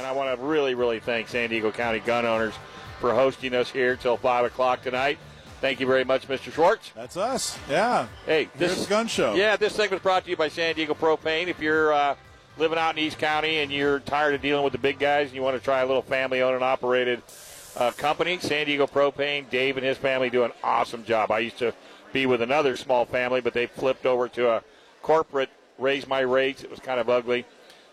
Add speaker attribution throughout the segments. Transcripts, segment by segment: Speaker 1: I want to really, really thank San Diego County gun owners for hosting us here till 5 o'clock tonight. Thank you very much, Mr. Schwartz.
Speaker 2: That's us. Yeah.
Speaker 1: Hey, this
Speaker 2: Here's the gun show.
Speaker 1: Yeah, this segment's brought to you by San Diego Propane. If you're uh, living out in East County and you're tired of dealing with the big guys and you want to try a little family owned and operated uh, company, San Diego Propane, Dave and his family do an awesome job. I used to be with another small family, but they flipped over to a corporate raise my rates. It was kind of ugly.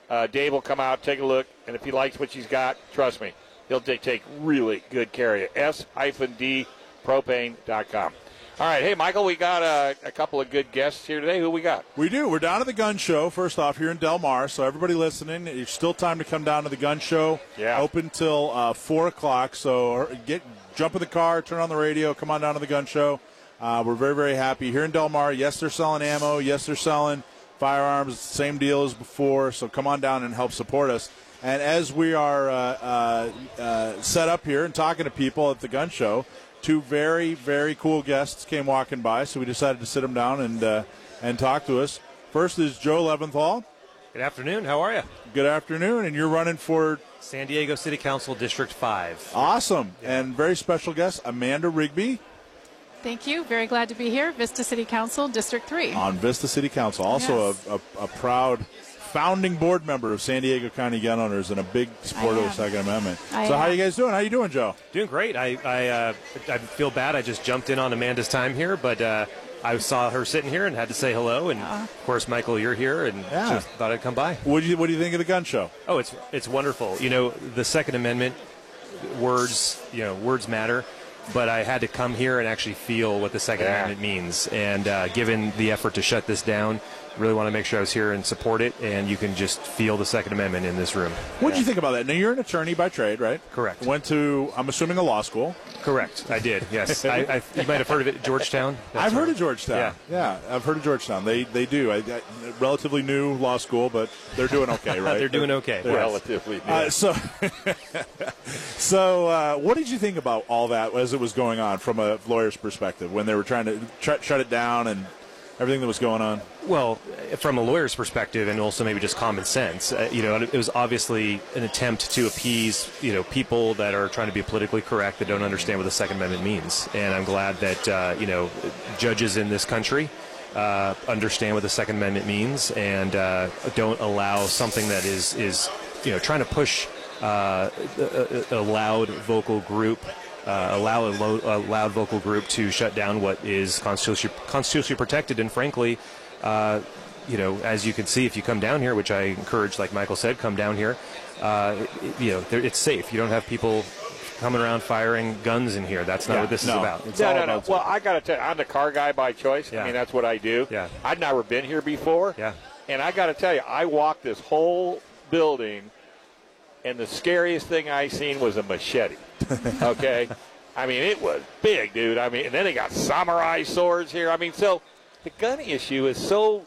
Speaker 1: Uh, Dave will come out, take a look, and if he likes what he's got, trust me, he'll t- take really good care of you. S-D-propane.com. All right, hey, Michael, we got uh, a couple of good guests here today. Who we got?
Speaker 2: We do. We're down at the gun show, first off, here in Del Mar. So, everybody listening, it's still time to come down to the gun show.
Speaker 1: Yeah.
Speaker 2: Open till uh, 4 o'clock. So, er, get jump in the car, turn on the radio, come on down to the gun show. Uh, we're very, very happy here in Del Mar. Yes, they're selling ammo. Yes, they're selling firearms. Same deal as before. So, come on down and help support us. And as we are uh, uh, uh, set up here and talking to people at the gun show, two very, very cool guests came walking by. So, we decided to sit them down and, uh, and talk to us. First is Joe Leventhal.
Speaker 3: Good afternoon. How are you?
Speaker 2: Good afternoon. And you're running for
Speaker 3: San Diego City Council District 5.
Speaker 2: awesome and very special guest, Amanda Rigby.
Speaker 4: Thank you. Very glad to be here. Vista City Council, District 3.
Speaker 2: on Vista City Council, also
Speaker 4: Yes.
Speaker 2: a, a, a proud founding board member of San Diego County Gun Owners and a big supporter of the
Speaker 4: am.
Speaker 2: Second Amendment.
Speaker 4: I
Speaker 2: so how
Speaker 4: am.
Speaker 2: you guys doing? How you doing, Joe?
Speaker 3: Doing great. I I, uh, I feel bad. I just jumped in on Amanda's time here, but uh, I saw her sitting here and had to say hello. And of course, Michael, you're here, and
Speaker 2: Yeah.
Speaker 3: just thought I'd come by.
Speaker 2: What do you What do you think of the gun show?
Speaker 3: Oh, it's it's wonderful. You know, the Second Amendment words. You know, words matter. But I had to come here and actually feel what the Second
Speaker 1: Yeah.
Speaker 3: Amendment means. And uh, given the effort to shut this down, really want to make sure I was here and support it. And you can just feel the Second Amendment in this room.
Speaker 2: What do you think about that? Now you're an attorney by trade, right?
Speaker 3: Correct.
Speaker 2: Went to I'm assuming a law school.
Speaker 3: Correct. I did. Yes. I, I, you might have heard of it, Georgetown. That's
Speaker 2: I've heard
Speaker 3: right.
Speaker 2: of Georgetown. Yeah. I've heard of Georgetown. They they do. I, I, relatively new law school, but they're doing okay, right?
Speaker 3: They're doing okay.
Speaker 2: they're-
Speaker 3: Yes.
Speaker 1: Relatively new.
Speaker 2: Uh, so, so uh, what did you think about all that as it was going on from a lawyer's perspective when they were trying to tr- shut it down and everything that was going on?
Speaker 3: Well, from a lawyer's perspective, and also maybe just common sense, uh, you know, it was obviously an attempt to appease, you know, people that are trying to be politically correct that don't understand what the Second Amendment means. And I'm glad that uh, you know judges in this country uh, understand what the Second Amendment means and uh, don't allow something that is is you know trying to push uh, a, a- a loud vocal group. Uh, allow a, lo- a loud vocal group to shut down what is constitutionally, constitutionally protected, and frankly, uh, you know, as you can see, if you come down here, which I encourage, like Michael said, come down here. Uh, it- you know, there- it's safe. You don't have people coming around firing guns in here. That's not
Speaker 2: Yeah,
Speaker 3: what this
Speaker 2: no.
Speaker 3: is about. It's
Speaker 1: no,
Speaker 3: all
Speaker 1: no, no.
Speaker 3: about
Speaker 1: Well, I got to tell you, I'm the car guy by choice. I
Speaker 3: Yeah.
Speaker 1: mean, that's what I do.
Speaker 3: Yeah.
Speaker 1: I'd never been here before.
Speaker 3: Yeah.
Speaker 1: And I got to tell you, I walked this whole building, and the scariest thing I seen was a machete. okay. I mean, it was big, dude. I mean, and then they got samurai swords here. I mean, so the gun issue is so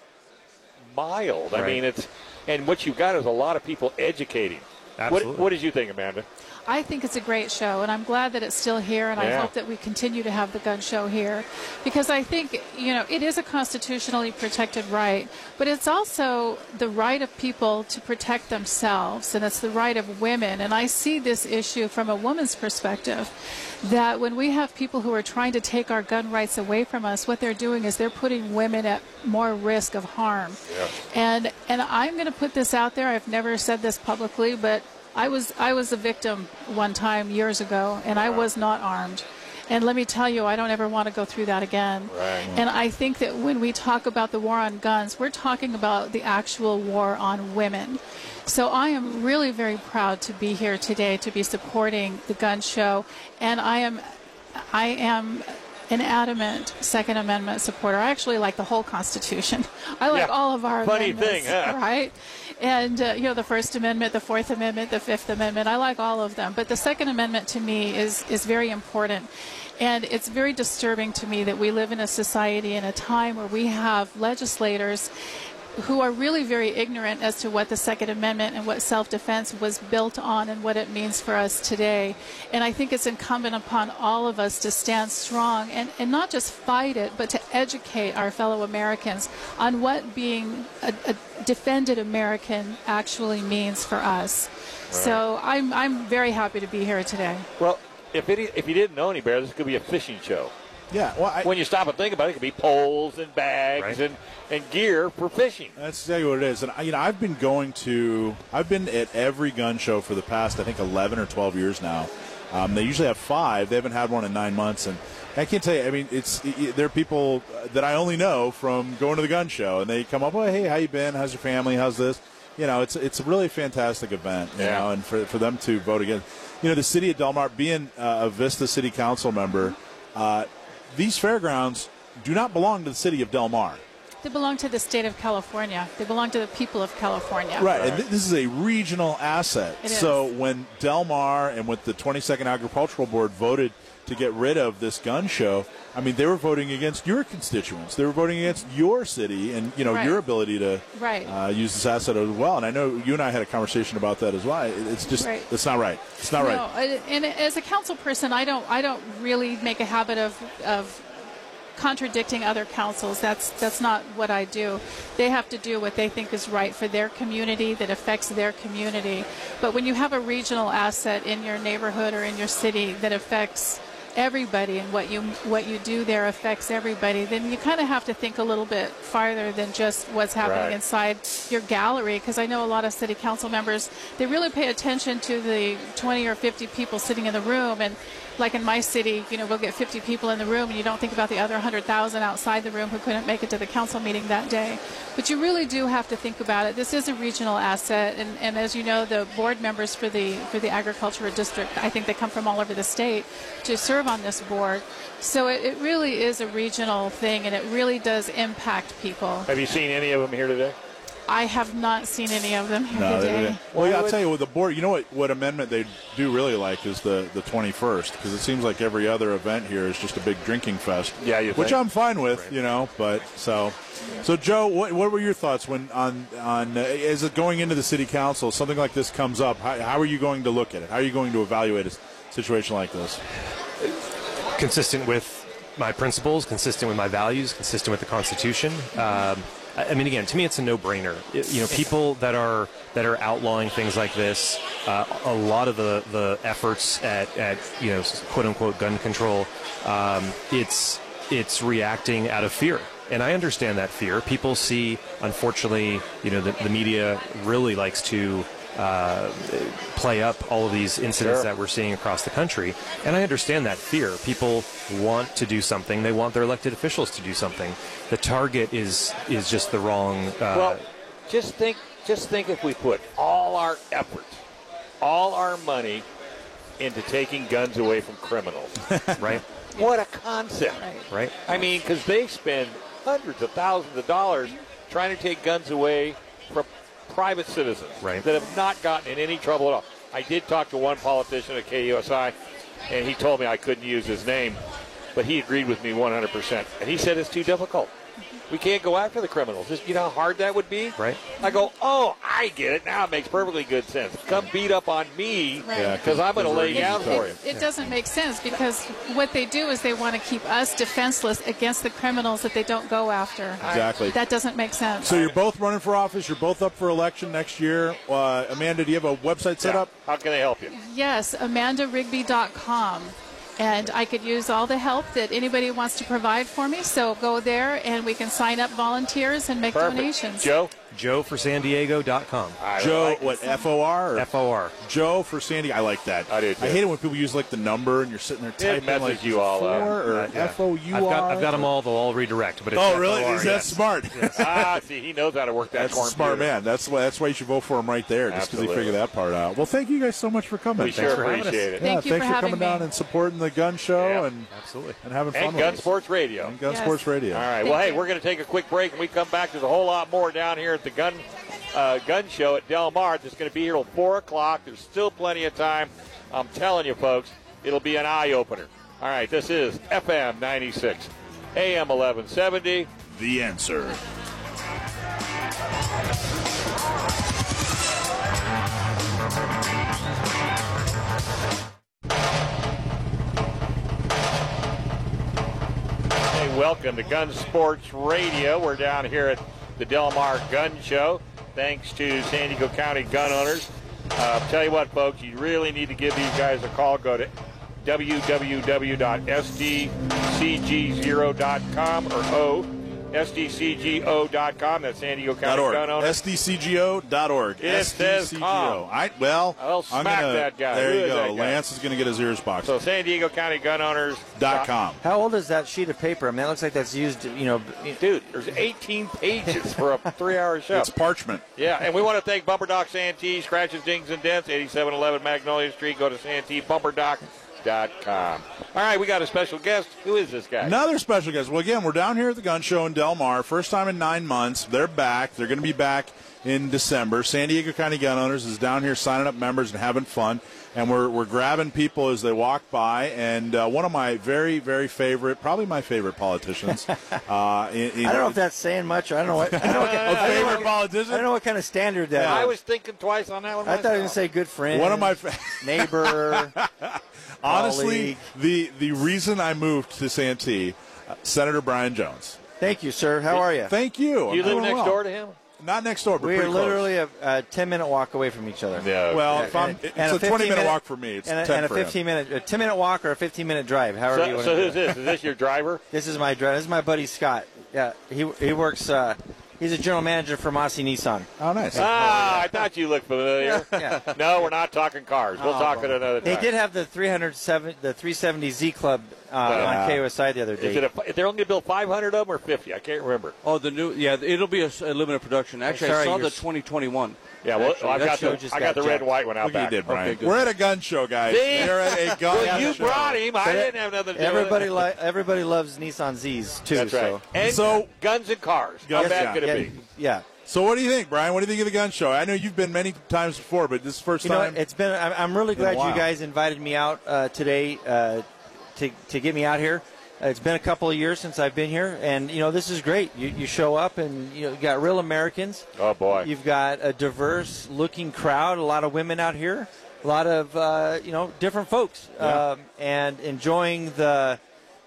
Speaker 1: mild. I
Speaker 3: Right.
Speaker 1: mean, it's and what you've got is a lot of people educating. What,
Speaker 3: Absolutely.
Speaker 1: what did you think, Amanda?
Speaker 4: I think it's a great show, and I'm glad that it's still here, and
Speaker 1: Yeah.
Speaker 4: I hope that we continue to have the gun show here because I think, you know, it is a constitutionally protected right, but it's also the right of people to protect themselves, and it's the right of women. And I see this issue from a woman's perspective that when we have people who are trying to take our gun rights away from us, what they're doing is they're putting women at more risk of harm. And and I'm going to put this out there. I've never said this publicly, but I was I was a victim one time years ago, and I was not armed. And let me tell you, I don't ever want to go through that again.
Speaker 1: Right.
Speaker 4: And I think that when we talk about the war on guns, we're talking about the actual war on women. So I am really very proud to be here today to be supporting the gun show, and I am, I am. An adamant Second Amendment supporter. I actually like the whole Constitution. I like
Speaker 1: Yeah.
Speaker 4: all of our
Speaker 1: Funny
Speaker 4: amendments,
Speaker 1: thing, huh?
Speaker 4: right? And uh, you know, the First Amendment, the Fourth Amendment, the Fifth Amendment. I like all of them, but the Second Amendment to me is is very important. And it's very disturbing to me that we live in a society in a time where we have legislators who are really very ignorant as to what the Second Amendment and what self defense was built on and what it means for us today. And I think it's incumbent upon all of us to stand strong and, and not just fight it, but to educate our fellow Americans on what being a, a defended American actually means for us. So I'm, I'm very happy to be here today.
Speaker 1: Well, if it, if you didn't know any better, this could be a fishing show.
Speaker 2: Yeah, well, I,
Speaker 1: When you stop and think about it, it could be poles and bags
Speaker 3: Right.
Speaker 1: and, and gear for fishing.
Speaker 2: That's exactly what it is, and I- you know I've been going to I've been at every gun show for the past I think eleven or twelve years now. Um, they usually have five. They haven't had one in nine months, and I can't tell you. I mean, it's y- y- there are people uh, that I only know from going to the gun show, and they come up, oh hey, how you been? How's your family? How's this? You know, it's it's a really fantastic event. You
Speaker 1: Yeah.
Speaker 2: know, and for for them to vote again, you know, the city of Delmar being uh, a Vista City Council member, uh, these fairgrounds do not belong to the city of Delmar.
Speaker 4: They belong to the state of California, they belong to the people of California.
Speaker 2: Right, and th- this is a regional asset.
Speaker 4: It
Speaker 2: so
Speaker 4: is.
Speaker 2: when Del Mar and with the 22nd Agricultural Board voted to get rid of this gun show, I mean they were voting against your constituents. They were voting against your city and you know
Speaker 4: Right.
Speaker 2: your ability to
Speaker 4: Right.
Speaker 2: uh, use this asset as well. And I know you and I had a conversation about that as well. It- It's just
Speaker 4: Right.
Speaker 2: it's not right. It's not right.
Speaker 4: No, I- and as a council person, I don't, I don't really make a habit of, of contradicting other councils. That's, that's not what I do. They have to do what they think is right for their community that affects their community. But when you have a regional asset in your neighborhood or in your city that affects everybody and what you what you do there affects everybody then you kind of have to think a little bit farther than just what's happening
Speaker 1: Right.
Speaker 4: inside your gallery because i know a lot of city council members they really pay attention to the 20 or 50 people sitting in the room and like in my city you know we'll get 50 people in the room and you don't think about the other 100000 outside the room who couldn't make it to the council meeting that day but you really do have to think about it this is a regional asset and, and as you know the board members for the for the agricultural district i think they come from all over the state to serve on this board so it, it really is a regional thing and it really does impact people
Speaker 1: Have you seen any of them here today?
Speaker 4: I have not seen any of them here
Speaker 2: No, they-
Speaker 4: today.
Speaker 2: they- Well, yeah, I'll
Speaker 1: would-
Speaker 2: tell you what. The board, you know what? What amendment they do really like is the the twenty first because it seems like every other event here is just a big drinking fest.
Speaker 1: Yeah, you
Speaker 2: which
Speaker 1: think.
Speaker 2: I'm fine with, you know. But so, so Joe, what what were your thoughts when on on uh, is it going into the city council? Something like this comes up. How, how are you going to look at it? How are you going to evaluate a s- situation like this?
Speaker 3: consistent with my principles, consistent with my values, consistent with the Constitution. Um, I I mean, again, to me, it's a no-brainer. It- you know, people that are that are outlawing things like this, uh, a lot of the, the efforts at, at you know quote unquote gun control, um, it's it's reacting out of fear. And I understand that fear. People see, unfortunately, you know, the, the media really likes to uh, play up all of these incidents
Speaker 1: Sure.
Speaker 3: that we're seeing across the country. And I understand that fear. People want to do something. They want their elected officials to do something. The target is is just the wrong. Uh,
Speaker 1: Well, just think, just think if we put all our effort, all our money into taking guns away from criminals.
Speaker 3: right,
Speaker 1: what a concept!
Speaker 4: Right.
Speaker 3: right.
Speaker 1: I mean, because they spend hundreds of thousands of dollars trying to take guns away from private citizens
Speaker 3: Right.
Speaker 1: that have not gotten in any trouble at all. I did talk to one politician at KUSI, and he told me I couldn't use his name, but he agreed with me 100%. And he said it's too difficult. We can't go after the criminals. Just, you know how hard that would be?
Speaker 3: Right.
Speaker 1: I go, oh, I get it. Now it makes perfectly good sense. Come beat up on me
Speaker 4: Right. Yeah,
Speaker 1: because I'm going to lay
Speaker 4: It,
Speaker 1: down for you.
Speaker 4: it- it doesn't make sense because what they do is they want to keep us defenseless against the criminals that they don't go after.
Speaker 2: Exactly.
Speaker 4: That doesn't make sense.
Speaker 2: so you're both running for office. You're both up for election next year. Uh, Amanda, do you have a website set
Speaker 1: Yeah.
Speaker 2: up?
Speaker 1: How can I help you?
Speaker 4: yes, amandarigby.com. And I could use all the help that anybody wants to provide for me. So go there and we can sign up volunteers and make
Speaker 1: Perfect.
Speaker 4: donations.
Speaker 1: Joe?
Speaker 3: Joe for San Diego.com.
Speaker 1: I
Speaker 2: Joe,
Speaker 1: like
Speaker 2: what F O R?
Speaker 3: F O R.
Speaker 2: Joe for Sandy. I like that.
Speaker 1: I do, too.
Speaker 2: I hate it when people use like the number and you're sitting there typing
Speaker 1: messes
Speaker 2: like
Speaker 1: you all
Speaker 2: four
Speaker 1: up.
Speaker 2: or
Speaker 3: Yeah.
Speaker 2: F O U
Speaker 3: I've got,
Speaker 2: R.
Speaker 3: I've got them all. They'll all redirect. But it's
Speaker 2: Oh, really?
Speaker 3: FOR,
Speaker 2: Is
Speaker 3: yeah.
Speaker 2: that smart?
Speaker 1: ah, see, he knows how to work that
Speaker 2: That's a
Speaker 1: corn
Speaker 2: smart
Speaker 1: computer.
Speaker 2: man. That's why. That's why you should vote for him right there, just because he
Speaker 1: Absolutely.
Speaker 2: figured that part out. Well, thank you guys so much for coming.
Speaker 1: We
Speaker 3: Thanks
Speaker 1: sure
Speaker 3: for having us.
Speaker 1: appreciate it.
Speaker 2: yeah,
Speaker 4: Thank you
Speaker 2: thanks
Speaker 4: for
Speaker 2: coming
Speaker 4: having me.
Speaker 2: down and supporting the gun show
Speaker 1: Yeah.
Speaker 2: and
Speaker 3: Absolutely.
Speaker 2: and having fun
Speaker 1: And
Speaker 2: with
Speaker 1: Gun
Speaker 2: us.
Speaker 1: Sports Radio.
Speaker 2: And Gun
Speaker 4: Yes.
Speaker 2: Sports Radio.
Speaker 1: All right.
Speaker 4: Thank
Speaker 1: Well, hey,
Speaker 4: you.
Speaker 1: we're going to take a quick break, and we come back. There's a whole lot more down here at the gun uh, gun show at Del Mar. That's going to be here till four o'clock. There's still plenty of time. I'm telling you, folks, it'll be an eye opener. All right. This is FM 96, AM 1170.
Speaker 2: The answer.
Speaker 1: Welcome to Gun Sports Radio. We're down here at the Del Mar Gun Show. Thanks to San Diego County gun owners. Uh, tell you what, folks, you really need to give these guys a call. Go to www.sdcg0.com or o sdcgo.com. That's San Diego County
Speaker 2: .org.
Speaker 1: gun owners.
Speaker 2: SDCGO.org.
Speaker 1: It says com.
Speaker 2: I, well,
Speaker 1: I'll
Speaker 2: I'm
Speaker 1: smack
Speaker 2: gonna,
Speaker 1: that guy.
Speaker 2: There
Speaker 1: Who
Speaker 2: you
Speaker 1: is
Speaker 2: go.
Speaker 1: that guy?
Speaker 2: Lance is going to get his ears boxed.
Speaker 1: So San Diego County gun owners
Speaker 2: dot com.
Speaker 5: How old is that sheet of paper? I mean, that looks like that's used, you know. b-
Speaker 1: Dude, there's 18 pages for a three-hour show.
Speaker 2: It's parchment.
Speaker 1: Yeah, and we want to thank Bumper Doc Santee, scratches, dings, and dents, 8711 Magnolia Street. Go to SanteeBumperDoc.com. All right, we got a special guest. Who is this guy?
Speaker 2: Another special guest. Well, again, we're down here at the gun show in Del Mar. First time in nine months. They're back. They're going to be back in December. San Diego County Gun Owners is down here signing up members and having fun. And we're, we're grabbing people as they walk by. And uh, one of my very, very favorite, probably my favorite politicians. uh, in, in-
Speaker 5: I don't know if that's saying much. I don't know what. I don't know what,
Speaker 2: a
Speaker 5: I don't know
Speaker 2: favorite
Speaker 5: what- I don't
Speaker 2: politician.
Speaker 5: know what kind of standard that
Speaker 1: I
Speaker 5: is.
Speaker 1: was thinking twice on that one.
Speaker 5: I thought I was gonna
Speaker 1: myself.
Speaker 5: say good friend.
Speaker 2: One of my fa-
Speaker 5: neighbor.
Speaker 2: honestly,
Speaker 5: colleague.
Speaker 2: the the reason I moved to Santee, uh, Senator Brian Jones.
Speaker 5: Thank you, sir. How are you?
Speaker 2: Thank you.
Speaker 1: You live
Speaker 2: I'm doing
Speaker 1: next
Speaker 2: well.
Speaker 1: door to him?
Speaker 2: Not next door, but
Speaker 5: we are
Speaker 2: pretty close.
Speaker 5: literally a, a ten-minute walk away from each other.
Speaker 1: Yeah.
Speaker 2: Well, if I'm, it's a 20 minute, walk for me. It's
Speaker 5: and a,
Speaker 2: 10
Speaker 5: and a
Speaker 2: for him.
Speaker 5: 15 minute, a 10 minute walk or a 15 minute drive, however you
Speaker 1: So,
Speaker 5: want
Speaker 1: so
Speaker 5: to do
Speaker 1: who's
Speaker 5: it.
Speaker 1: this? Is this your driver?
Speaker 5: This is my drive. This is my buddy Scott. Yeah, he he works. Uh, he's a general manager for Massey Nissan.
Speaker 2: Oh, nice.
Speaker 1: Ah, I thought you looked familiar.
Speaker 5: Yeah.
Speaker 1: No, we're not talking cars. We'll talk at another
Speaker 5: Oh, They
Speaker 1: time.
Speaker 5: did have the 307, the 370Z Club uh, on KOSI the other
Speaker 1: Is
Speaker 5: day.
Speaker 1: it a, they're only going to build 500 of them or 50? I can't remember.
Speaker 6: Oh, the new, yeah, it'll be a, s- a limited production. Actually,
Speaker 5: sorry,
Speaker 6: I saw
Speaker 5: you're
Speaker 6: the
Speaker 5: s-
Speaker 6: 2021.
Speaker 1: Yeah, well,
Speaker 6: Actually,
Speaker 1: I've
Speaker 6: that
Speaker 1: got
Speaker 6: show
Speaker 1: the,
Speaker 5: just
Speaker 1: I got the
Speaker 5: got
Speaker 1: red and
Speaker 5: jacked.
Speaker 1: white one out
Speaker 2: Look what
Speaker 1: back.
Speaker 2: you did, Brian.
Speaker 6: good.
Speaker 2: We're at a gun show, guys.
Speaker 1: See?
Speaker 2: We're at a gun
Speaker 1: Well, you
Speaker 2: show.
Speaker 1: brought him. I
Speaker 5: But
Speaker 1: didn't have nothing to do with it.
Speaker 5: everybody li- everybody loves Nissan Zs too.
Speaker 1: That's right.
Speaker 5: So.
Speaker 1: And
Speaker 2: So-
Speaker 1: guns and cars. How
Speaker 2: Guns,
Speaker 1: bad could
Speaker 5: yeah,
Speaker 1: it be?
Speaker 5: yeah.
Speaker 2: So what do you think, Brian? What do you think of the gun show? I know you've been many times before, but this is the first
Speaker 5: You know,
Speaker 2: time.
Speaker 5: what? it's been. I'm, I'm really
Speaker 2: a
Speaker 5: glad
Speaker 2: while.
Speaker 5: you guys invited me out uh, today uh, to to get me out here. Uh, It's been a couple of years since I've been here, and you know this is great. You, you show up, and you know you got real Americans.
Speaker 1: Oh, boy.
Speaker 5: You've got a diverse looking crowd. A lot of women out here. A lot of uh, you know different folks, um, and enjoying the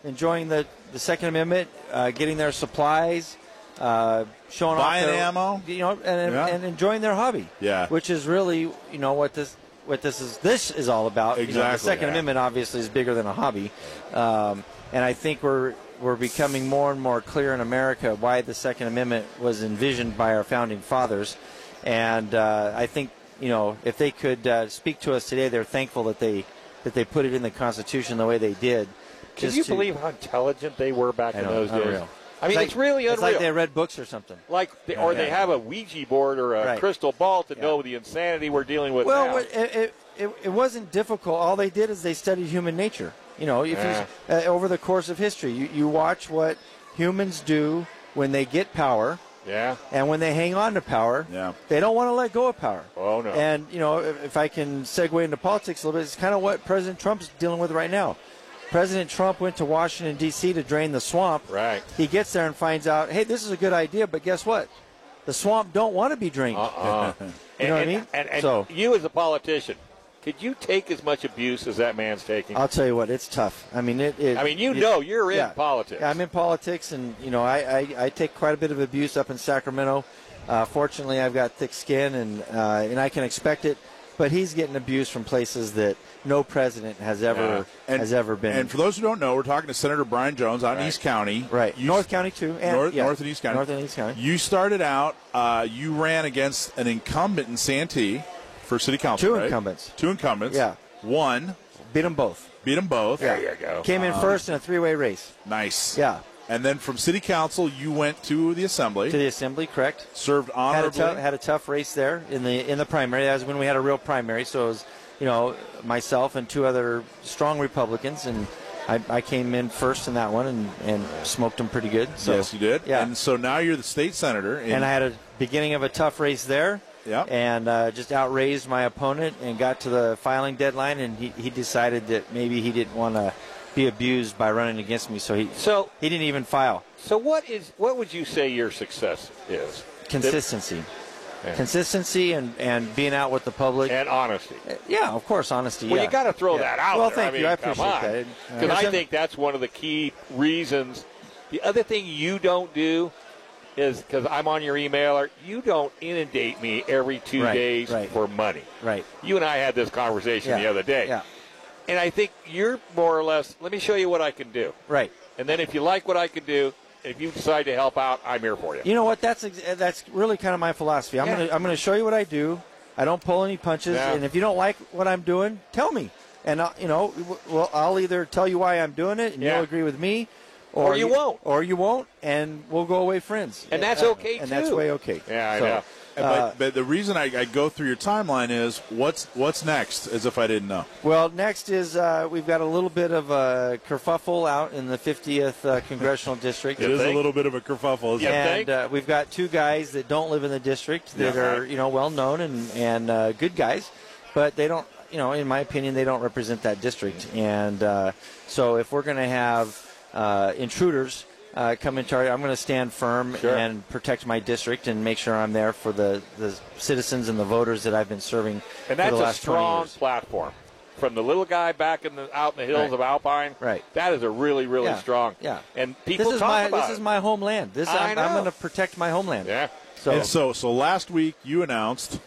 Speaker 5: enjoying the the Second Amendment, uh, getting their supplies. Uh, showing
Speaker 2: Buying
Speaker 5: off their,
Speaker 2: ammo.
Speaker 5: you know, and,
Speaker 2: Yeah.
Speaker 5: and enjoying their hobby,
Speaker 2: Yeah.
Speaker 5: which is really you know what this what this is this is all about. You know,
Speaker 2: Exactly,
Speaker 5: the Second
Speaker 2: yeah.
Speaker 5: Amendment obviously is bigger than a hobby, um, and I think we're we're becoming more and more clear in America why the Second Amendment was envisioned by our founding fathers, and uh, I think you know if they could uh, speak to us today, they're thankful that they that they put it in the Constitution the way they did.
Speaker 1: Can
Speaker 5: just
Speaker 1: you
Speaker 5: to-
Speaker 1: believe how intelligent they were back
Speaker 5: I
Speaker 1: in
Speaker 5: know,
Speaker 1: those days?
Speaker 5: unreal.
Speaker 1: I mean, it's,
Speaker 5: like-
Speaker 1: really unreal.
Speaker 5: It's like they read books or something.
Speaker 1: Like they, or they have a Ouija board or a
Speaker 5: Right.
Speaker 1: crystal ball to
Speaker 5: Yeah.
Speaker 1: know the insanity we're dealing with
Speaker 5: Well,
Speaker 1: now.
Speaker 5: what- it, it, it, it wasn't difficult. All they did is they studied human nature. You know, if you, s- uh, over the course of history, you, you watch what humans do when they get power
Speaker 1: yeah.
Speaker 5: and when they hang on to power.
Speaker 2: Yeah.
Speaker 5: They don't want to let go of power.
Speaker 1: Oh, no.
Speaker 5: And, you know, if, if I can segue into politics a little bit, it's kind of what President Trump's dealing with right now. President Trump went to Washington, D.C. to drain the swamp.
Speaker 1: Right.
Speaker 5: He gets there and finds out, hey, this is a good idea, but guess what? The swamp don't want to be drained.
Speaker 1: Uh-uh. and,
Speaker 5: You know what I
Speaker 1: and-
Speaker 5: mean?
Speaker 1: And, and
Speaker 5: So-
Speaker 1: you as a politician, could you take as much abuse as that man's taking?
Speaker 5: I'll tell you what, it's tough. I mean, it. it
Speaker 1: I mean, you
Speaker 5: it-
Speaker 1: know you're in politics.
Speaker 5: Yeah, I'm in politics, and you know, I, I, I take quite a bit of abuse up in Sacramento. Uh, fortunately, I've got thick skin, and uh, and I can expect it. But he's getting abuse from places that no president has ever
Speaker 2: Uh, And-
Speaker 5: uh, has ever been.
Speaker 2: And for those who don't know, we're talking to Senator Brian Jones out in East County.
Speaker 5: right,
Speaker 2: You-
Speaker 5: North County too, and
Speaker 2: North,
Speaker 5: yeah.
Speaker 2: North and East County.
Speaker 5: North and East County.
Speaker 2: You started out. Uh, you ran against an incumbent in Santee for city council.
Speaker 5: Two
Speaker 2: right?
Speaker 5: incumbents.
Speaker 2: Two incumbents.
Speaker 5: Yeah.
Speaker 2: One
Speaker 5: Beat them both.
Speaker 2: beat them both.
Speaker 1: There you go. Uh-huh.
Speaker 5: Came in first in a three-way race
Speaker 2: Nice.
Speaker 5: Yeah.
Speaker 2: And then from city council, you went to the assembly,
Speaker 5: to the assembly. Correct.
Speaker 2: served
Speaker 5: had a
Speaker 2: honorably.
Speaker 5: tough had a tough race there in the in the primary. That was when we had a real primary. So it was you know myself and two other strong Republicans, and I, I came in first in that one and and smoked them pretty good. So,
Speaker 2: yes, you did.
Speaker 5: Yeah.
Speaker 2: And so now you're the state senator. in-
Speaker 5: and I had a beginning of a tough race there.
Speaker 2: Yeah.
Speaker 5: And uh, just outraised my opponent and got to the filing deadline, and he, he decided that maybe he didn't want to be abused by running against me, so he
Speaker 1: So-
Speaker 5: he didn't even file.
Speaker 1: So what is what would you say your success is?
Speaker 5: Consistency.
Speaker 1: Yeah.
Speaker 5: Consistency and, and being out with the public.
Speaker 1: And honesty.
Speaker 5: Yeah, of course, honesty.
Speaker 1: Well,
Speaker 5: yeah.
Speaker 1: you got to throw
Speaker 5: Yeah.
Speaker 1: that out.
Speaker 5: Well,
Speaker 1: there.
Speaker 5: thank
Speaker 1: I mean,
Speaker 5: you. I
Speaker 1: come
Speaker 5: appreciate
Speaker 1: on.
Speaker 5: that.
Speaker 1: Because I think that's one of the key reasons The other thing you don't do is because I'm on your emailer, you don't inundate me every two
Speaker 5: Right,
Speaker 1: days
Speaker 5: right.
Speaker 1: for money.
Speaker 5: Right.
Speaker 1: You and I had this conversation the
Speaker 5: Yeah,
Speaker 1: other day.
Speaker 5: yeah.
Speaker 1: And I think you're more or less, let me show you what I can do.
Speaker 5: Right.
Speaker 1: And then if you like what I can do, if you decide to help out, I'm here for you.
Speaker 5: You know what? That's ex- eh, that's really kind of my philosophy. I'm
Speaker 1: Yeah.
Speaker 5: gonna I'm gonna show you what I do. I don't pull any punches,
Speaker 1: Yeah.
Speaker 5: and if you don't like what I'm doing, tell me. And I'll, you know, w- well, I'll either tell you why I'm doing it, and
Speaker 1: Yeah.
Speaker 5: you'll agree with me,
Speaker 1: Or you won't.
Speaker 5: or you won't, and we'll go away friends.
Speaker 1: And that's
Speaker 5: Uh,
Speaker 1: okay,
Speaker 5: And that's
Speaker 1: too.
Speaker 5: way okay.
Speaker 1: Yeah, I
Speaker 5: So,
Speaker 1: know.
Speaker 2: And
Speaker 5: uh,
Speaker 2: but, but the reason I, I go through your timeline is what's what's next, as if I didn't know.
Speaker 5: Well, next is uh, we've got a little bit of a kerfuffle out in the 50th uh, congressional district.
Speaker 2: It is
Speaker 1: think?
Speaker 2: a little bit of a kerfuffle. Isn't
Speaker 1: Yeah.
Speaker 2: it?
Speaker 1: think?
Speaker 5: and uh, we've got two guys that don't live in the district that
Speaker 2: Yeah.
Speaker 5: are you know well known and and uh, good guys, but they don't you know in my opinion they don't represent that district. And uh, so if we're going to have uh, intruders uh, come into our, I'm going to stand firm and protect my district and make sure I'm there for the the citizens and the voters that I've been serving
Speaker 1: And
Speaker 5: for
Speaker 1: that's
Speaker 5: the
Speaker 1: a
Speaker 5: last 20
Speaker 1: strong
Speaker 5: years.
Speaker 1: platform. From the little guy back in the out in the hills
Speaker 5: Right.
Speaker 1: of Alpine,
Speaker 5: Right.
Speaker 1: That is a really, really
Speaker 5: Yeah.
Speaker 1: strong.
Speaker 5: Yeah.
Speaker 1: And people
Speaker 5: This is
Speaker 1: talk
Speaker 5: my
Speaker 1: about
Speaker 5: this
Speaker 1: it.
Speaker 5: is my homeland. This
Speaker 1: I
Speaker 5: I'm, I'm
Speaker 1: know.
Speaker 5: going to protect my homeland.
Speaker 1: yeah.
Speaker 5: So
Speaker 2: And so so last week you announced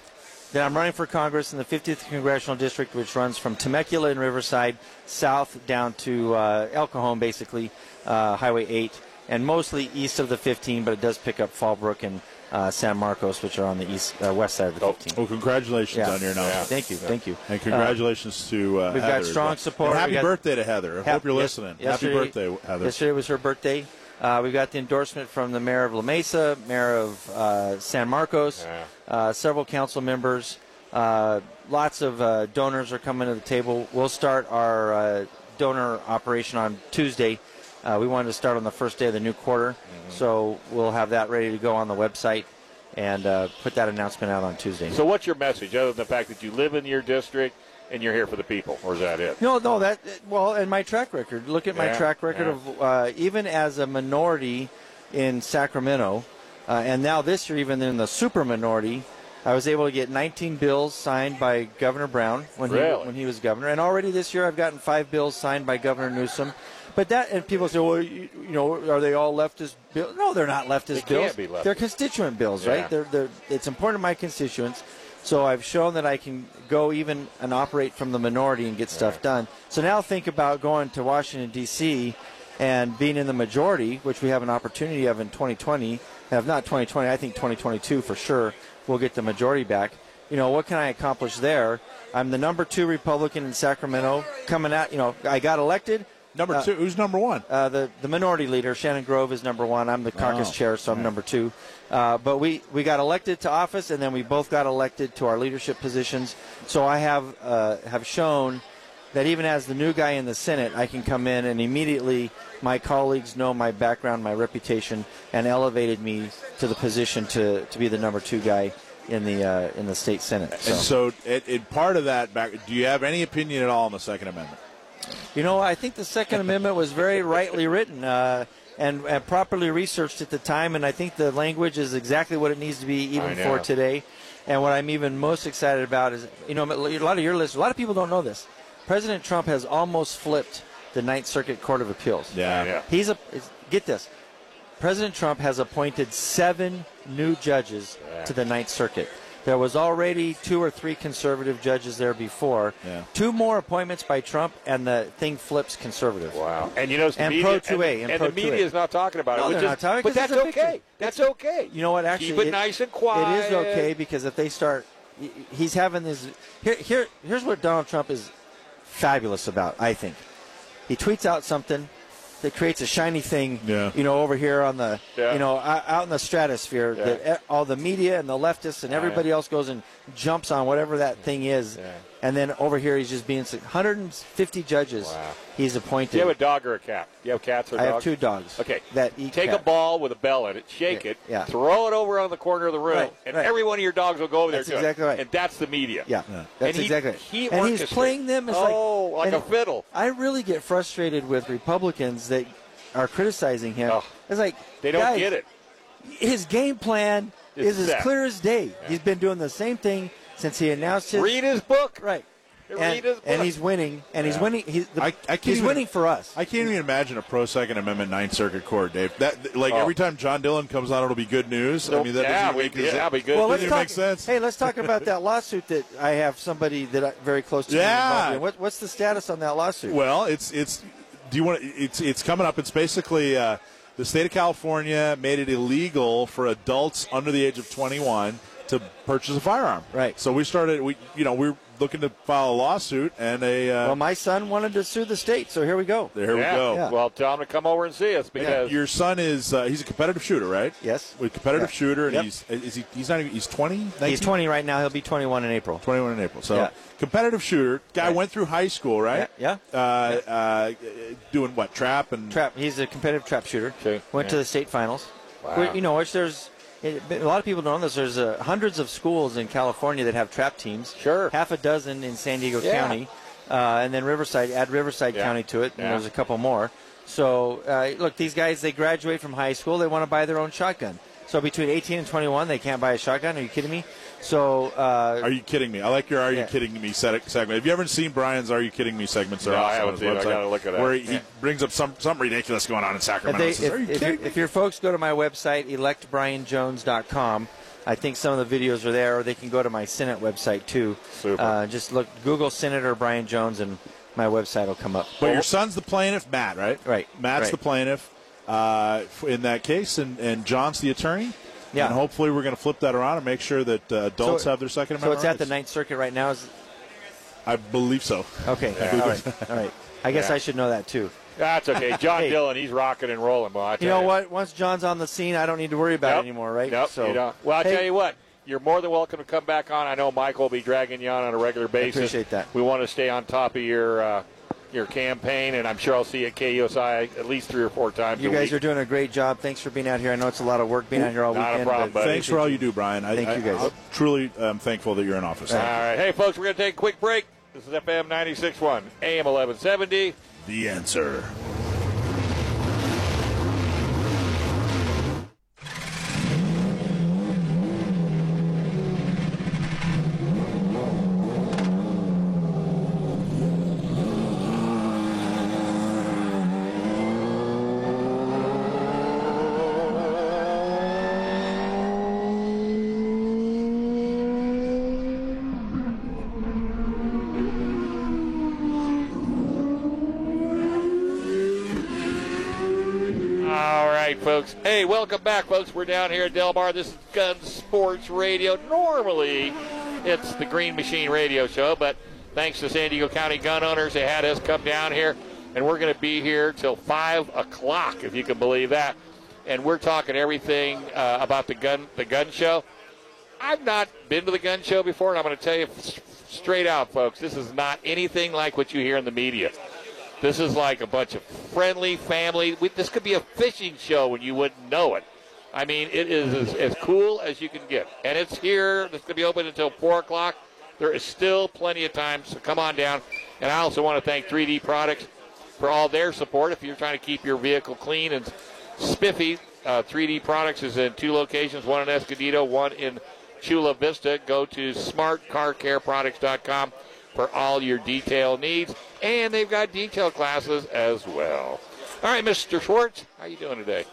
Speaker 5: that I'm running for Congress in the 50th Congressional District, which runs from Temecula and Riverside south down to uh, El Cajon, basically, uh, Highway 8, and mostly east of the 15, but it does pick up Fallbrook and uh, San Marcos, which are on the east uh, west side of
Speaker 1: Oh,
Speaker 5: the 15.
Speaker 2: Well, congratulations
Speaker 5: Yeah.
Speaker 2: on your announcement.
Speaker 5: Thank you, thank you.
Speaker 2: And congratulations to uh,
Speaker 5: we've got
Speaker 2: Heather as
Speaker 5: strong
Speaker 2: well.
Speaker 5: support.
Speaker 2: And
Speaker 5: We
Speaker 2: happy
Speaker 5: got-
Speaker 2: birthday to Heather. I hope you're
Speaker 5: Yes-
Speaker 2: listening. Happy
Speaker 5: yesterday-
Speaker 2: birthday, Heather.
Speaker 5: Yesterday was her birthday. Uh, we got the endorsement from the mayor of La Mesa, mayor of uh, San Marcos, uh, several council members. Uh, lots of uh, donors are coming to the table. We'll start our uh, donor operation on Tuesday. Uh, we wanted to start on the first day of the new quarter,
Speaker 2: Mm-hmm.
Speaker 5: so we'll have that ready to go on the website and uh, put that announcement out on Tuesday.
Speaker 1: So what's your message other than the fact that you live in your district and you're here for the people, or is that it?
Speaker 5: No, no, that well, and my track record. Look at my
Speaker 1: Yeah,
Speaker 5: track record
Speaker 1: yeah.
Speaker 5: of uh, even as a minority in Sacramento, uh, and now this year even in the super minority, I was able to get 19 bills signed by Governor Brown when
Speaker 1: Really?
Speaker 5: he when he was governor, and already this year I've gotten five bills signed by Governor Newsom. But that and people say, well, you, you know, are they all leftist bills? No, they're not leftist
Speaker 1: They
Speaker 5: bills.
Speaker 1: can't be leftist.
Speaker 5: They're constituent bills,
Speaker 1: Yeah.
Speaker 5: right? They're, they're, it's important to my constituents. So I've shown that I can go even and operate from the minority and get stuff done. So now think about going to Washington, D.C. and being in the majority, which we have an opportunity of in 2020. And if not 2020, I think 2022 for sure, we'll get the majority back. You know, what can I accomplish there? I'm the number two Republican in Sacramento coming out. You know, I got elected.
Speaker 2: number
Speaker 5: Uh,
Speaker 2: two, who's number one?
Speaker 5: uh, the the minority leader Shannon Grove is number one. I'm the caucus
Speaker 2: Oh,
Speaker 5: chair, so I'm number two. Uh, but we we got elected to office, and then we both got elected to our leadership positions. So I have uh, have shown that even as the new guy in the Senate, I can come in and immediately my colleagues know my background, my reputation, and elevated me to the position to to be the number two guy in the uh, in the state Senate. So.
Speaker 2: and so, it, it, part of that back. Do you have any opinion at all on the Second Amendment?
Speaker 5: You know, I think the Second Amendment was very rightly written uh, and, and properly researched at the time, and I think the language is exactly what it needs to be
Speaker 1: I
Speaker 5: even
Speaker 1: know.
Speaker 5: for today. And what I'm even most excited about is, you know, a lot of your listeners, a lot of people don't know this. President Trump has almost flipped the Ninth Circuit Court of Appeals.
Speaker 2: Yeah.
Speaker 1: Yeah.
Speaker 5: He's a is- get this. President Trump has appointed seven new judges to the Ninth Circuit. There was already two or three conservative judges there before.
Speaker 2: Yeah.
Speaker 5: Two more appointments by Trump, and the thing flips conservative.
Speaker 1: Wow. And you know, the
Speaker 5: And
Speaker 1: media,
Speaker 5: pro 2A,
Speaker 1: and,
Speaker 5: and
Speaker 1: and
Speaker 5: pro
Speaker 1: the media
Speaker 5: 2A.
Speaker 1: is not talking about it.
Speaker 5: No,
Speaker 1: which
Speaker 5: they're
Speaker 1: is-
Speaker 5: not talking
Speaker 1: but
Speaker 5: 'cause
Speaker 1: that's
Speaker 5: it's a victory.
Speaker 1: okay. That's okay.
Speaker 5: You know what? Actually,
Speaker 1: keep it, nice and
Speaker 5: It
Speaker 1: quiet.
Speaker 5: is okay because if they start, he- he's having this. Here, here, here's what Donald Trump is fabulous about. I think he tweets out something that creates a shiny thing.
Speaker 2: Yeah.
Speaker 5: You know, over here on the,
Speaker 1: Yeah.
Speaker 5: you know, out out in the stratosphere,
Speaker 1: Yeah.
Speaker 5: that e- all the media and the leftists and everybody else goes and jumps on whatever that thing is.
Speaker 1: Yeah.
Speaker 5: And then over here, he's just being s- 150 judges.
Speaker 1: Wow.
Speaker 5: He's
Speaker 1: Do
Speaker 5: appointed.
Speaker 1: you have a dog or a cat? Do you have cats or
Speaker 5: I
Speaker 1: dogs?
Speaker 5: have two dogs.
Speaker 1: Okay.
Speaker 5: That eat
Speaker 1: Take
Speaker 5: cat.
Speaker 1: a ball with a bell in it, shake
Speaker 5: Yeah,
Speaker 1: it,
Speaker 5: yeah.
Speaker 1: throw it over on the corner of the room,
Speaker 5: Right,
Speaker 1: and
Speaker 5: right.
Speaker 1: every one of your dogs will go over
Speaker 5: That's
Speaker 1: there. to
Speaker 5: exactly
Speaker 1: it.
Speaker 5: right.
Speaker 1: And that's the media.
Speaker 5: Yeah,
Speaker 2: Yeah.
Speaker 5: that's
Speaker 1: and he,
Speaker 5: exactly. right.
Speaker 1: He
Speaker 5: and he's
Speaker 1: orchestrates.
Speaker 5: playing them as
Speaker 1: oh,
Speaker 5: like,
Speaker 1: like a
Speaker 5: and
Speaker 1: fiddle.
Speaker 5: I really get frustrated with Republicans that are criticizing him.
Speaker 1: Oh.
Speaker 5: It's like
Speaker 1: They don't
Speaker 5: guys,
Speaker 1: get it.
Speaker 5: His game plan
Speaker 1: It's
Speaker 5: is
Speaker 1: set.
Speaker 5: as clear as day. He's been doing the same thing since he announced his
Speaker 1: Read his book.
Speaker 5: right.
Speaker 1: Read
Speaker 5: and,
Speaker 1: his
Speaker 5: and
Speaker 1: book.
Speaker 5: he's winning, and he's
Speaker 2: Yeah.
Speaker 5: winning. He's, the,
Speaker 2: I- I can't
Speaker 5: he's
Speaker 2: even-
Speaker 5: winning for us.
Speaker 2: I can't even imagine a pro Second Amendment Ninth Circuit Court, Dave. That th- like
Speaker 1: Oh.
Speaker 2: every time John Dillon comes out, it'll be good news. I mean, that
Speaker 1: yeah,
Speaker 2: doesn't make
Speaker 1: we,
Speaker 2: any
Speaker 1: yeah,
Speaker 2: sense.
Speaker 1: be good.
Speaker 5: well,
Speaker 2: Doesn't
Speaker 5: let's
Speaker 2: even
Speaker 5: talk.
Speaker 2: make sense.
Speaker 5: Hey, let's talk about that lawsuit that I have somebody that I, very close to. me
Speaker 2: Yeah.
Speaker 5: involved in. What, what's the status on that lawsuit?
Speaker 2: Well, it's it's. Do you want? It's it's coming up. It's basically uh, the state of California made it illegal for adults under the age of 21 to purchase a firearm.
Speaker 5: Right.
Speaker 2: So we started. We you know we're looking to file a lawsuit and a. Uh,
Speaker 5: Well, my son wanted to sue the state, so here we go.
Speaker 2: there
Speaker 1: Yeah.
Speaker 2: we go.
Speaker 5: Yeah.
Speaker 1: Well, tell him to come over and see us because
Speaker 2: Your son is uh, he's a competitive shooter, right?
Speaker 5: Yes.
Speaker 2: With competitive
Speaker 5: Yeah.
Speaker 2: shooter, and
Speaker 5: Yep.
Speaker 2: he's is he he's not even he's 20.
Speaker 5: He's 20 right now. He'll be 21 in April.
Speaker 2: 21 in April. So
Speaker 5: Yeah.
Speaker 2: competitive shooter guy
Speaker 5: Right.
Speaker 2: went through high school, right?
Speaker 5: Yeah,
Speaker 2: Uh, Uh, doing what trap and
Speaker 5: Trap. He's a competitive trap shooter.
Speaker 1: Okay.
Speaker 5: Went to
Speaker 1: Yeah.
Speaker 5: the state finals.
Speaker 1: Wow.
Speaker 5: Where- you know, which there's it, a lot of people don't know this. There's uh, hundreds of schools in California that have trap teams.
Speaker 1: Sure.
Speaker 5: Half a dozen in San Diego
Speaker 1: Yeah.
Speaker 5: County, uh, and then Riverside. Add Riverside
Speaker 1: Yeah.
Speaker 5: County to it, and
Speaker 1: Yeah.
Speaker 5: there's a couple more. So uh, look, these guys they graduate from high school. They want to buy their own shotgun. So between 18 and 21, they can't buy a shotgun. Are you kidding me? So uh,
Speaker 2: Are you kidding me? I like your "Are you
Speaker 5: Yeah.
Speaker 2: kidding me" se- segment. Have you ever seen Brian's "Are you kidding me" segments? They're
Speaker 1: No, I
Speaker 2: awesome
Speaker 1: haven't
Speaker 2: on his
Speaker 1: seen it. I
Speaker 2: website,
Speaker 1: gotta look it up.
Speaker 2: Where he
Speaker 5: Yeah.
Speaker 2: brings up some something ridiculous going on in
Speaker 5: If,
Speaker 2: Sacramento.
Speaker 5: they,
Speaker 2: and says,
Speaker 5: if,
Speaker 2: "Are you
Speaker 5: if,
Speaker 2: kidding me?"
Speaker 5: if your folks go to my website, electbrianjones.com, I think some of the videos are there, or they can go to my Senate website too.
Speaker 1: Super.
Speaker 5: Uh, just look, Google Senator Brian Jones, and my website will come up.
Speaker 2: But your son's the plaintiff, Matt, right?
Speaker 5: Right,
Speaker 2: Matt's
Speaker 5: right.
Speaker 2: the plaintiff uh, f- in that case, and, and John's the attorney.
Speaker 5: Yeah.
Speaker 2: And hopefully, we're going to flip that around and make sure that uh, adults have their Second
Speaker 5: So
Speaker 2: Amendment.
Speaker 5: it's at the
Speaker 2: rights.
Speaker 5: Ninth Circuit right now. Is,
Speaker 2: I believe so.
Speaker 5: okay, all right, all right. I guess
Speaker 1: Yeah.
Speaker 5: I should know that too.
Speaker 1: that's okay. John
Speaker 5: Hey.
Speaker 1: Dillon, he's rocking and rolling. Well, I tell
Speaker 5: You know what? Once John's on the scene, I don't need to worry about
Speaker 1: Nope.
Speaker 5: it anymore, right?
Speaker 1: Nope,
Speaker 5: So
Speaker 1: you don't. Well, I'll
Speaker 5: Hey,
Speaker 1: tell you what. You're more than welcome to come back on. I know Michael will be dragging you on on a regular basis.
Speaker 5: appreciate that.
Speaker 1: We want to stay on top of your uh, your campaign, and I'm sure I'll see you at KUSI at least three or four times.
Speaker 5: You
Speaker 1: a
Speaker 5: guys
Speaker 1: week.
Speaker 5: are doing a great job. Thanks for being out here. I know it's a lot of work being out here all
Speaker 1: Not a
Speaker 5: weekend.
Speaker 1: problem,
Speaker 5: but
Speaker 1: buddy.
Speaker 2: Thanks for all you do, Brian. I,
Speaker 5: Thank you,
Speaker 2: I-
Speaker 5: guys.
Speaker 2: I'm truly am thankful that you're in office.
Speaker 1: All right, hey folks, we're going to take a quick break. This is FM 96.1, AM 1170.
Speaker 2: The answer.
Speaker 1: All right, folks. Hey, welcome back, folks. We're down here at Del Mar. This is Gun Sports Radio. Normally, it's the Green Machine Radio Show, but thanks to San Diego County gun owners, they had us come down here, and we're going to be here till 5 o'clock, if you can believe that. And we're talking everything uh, about the gun, the gun show. I've not been to the gun show before, and I'm going to tell you s- straight out, folks, this is not anything like what you hear in the media. This is like a bunch of friendly family. We, this could be a fishing show and you wouldn't know it. I mean, it is as, as cool as you can get. And it's here. It's going to be open until 4 o'clock. There is still plenty of time, so come on down. And I also want to thank 3D Products for all their support. If you're trying to keep your vehicle clean and spiffy, uh, 3D Products is in two locations one in Escondido, one in Chula Vista. Go to smartcarcareproducts.com for all your detail needs, and they've got detail classes as well. All right, Mr. Schwartz, how you doing today?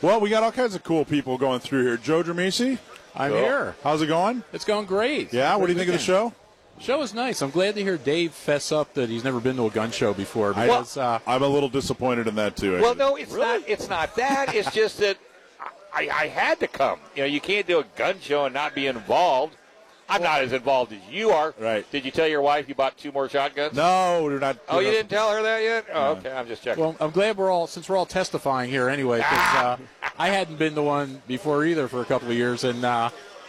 Speaker 2: Well, we got all kinds of cool people going through here. Joe Germisi,
Speaker 7: I'm
Speaker 1: Cool.
Speaker 7: here.
Speaker 2: how's it going?
Speaker 7: It's going great.
Speaker 2: Yeah, what do you think of the show?
Speaker 7: Show is nice. I'm glad to hear Dave fess up that he's never been to a gun show before because uh,
Speaker 2: I'm a little disappointed in that too.
Speaker 1: Well,
Speaker 2: actually.
Speaker 1: no, it's not. It's not that. it's just that I, I had to come. You know, you can't do a gun show and not be involved. I'm not as involved as you are.
Speaker 2: Right.
Speaker 1: Did you tell your wife you bought two more shotguns?
Speaker 2: no, we're not.
Speaker 1: Oh,
Speaker 2: we're
Speaker 1: you
Speaker 2: not-
Speaker 1: didn't tell her that yet? Oh, okay. I'm just checking.
Speaker 7: well, I'm glad we're all since we're all testifying here anyway. 'cause, uh, I hadn't been to one before either for a couple of years, and uh,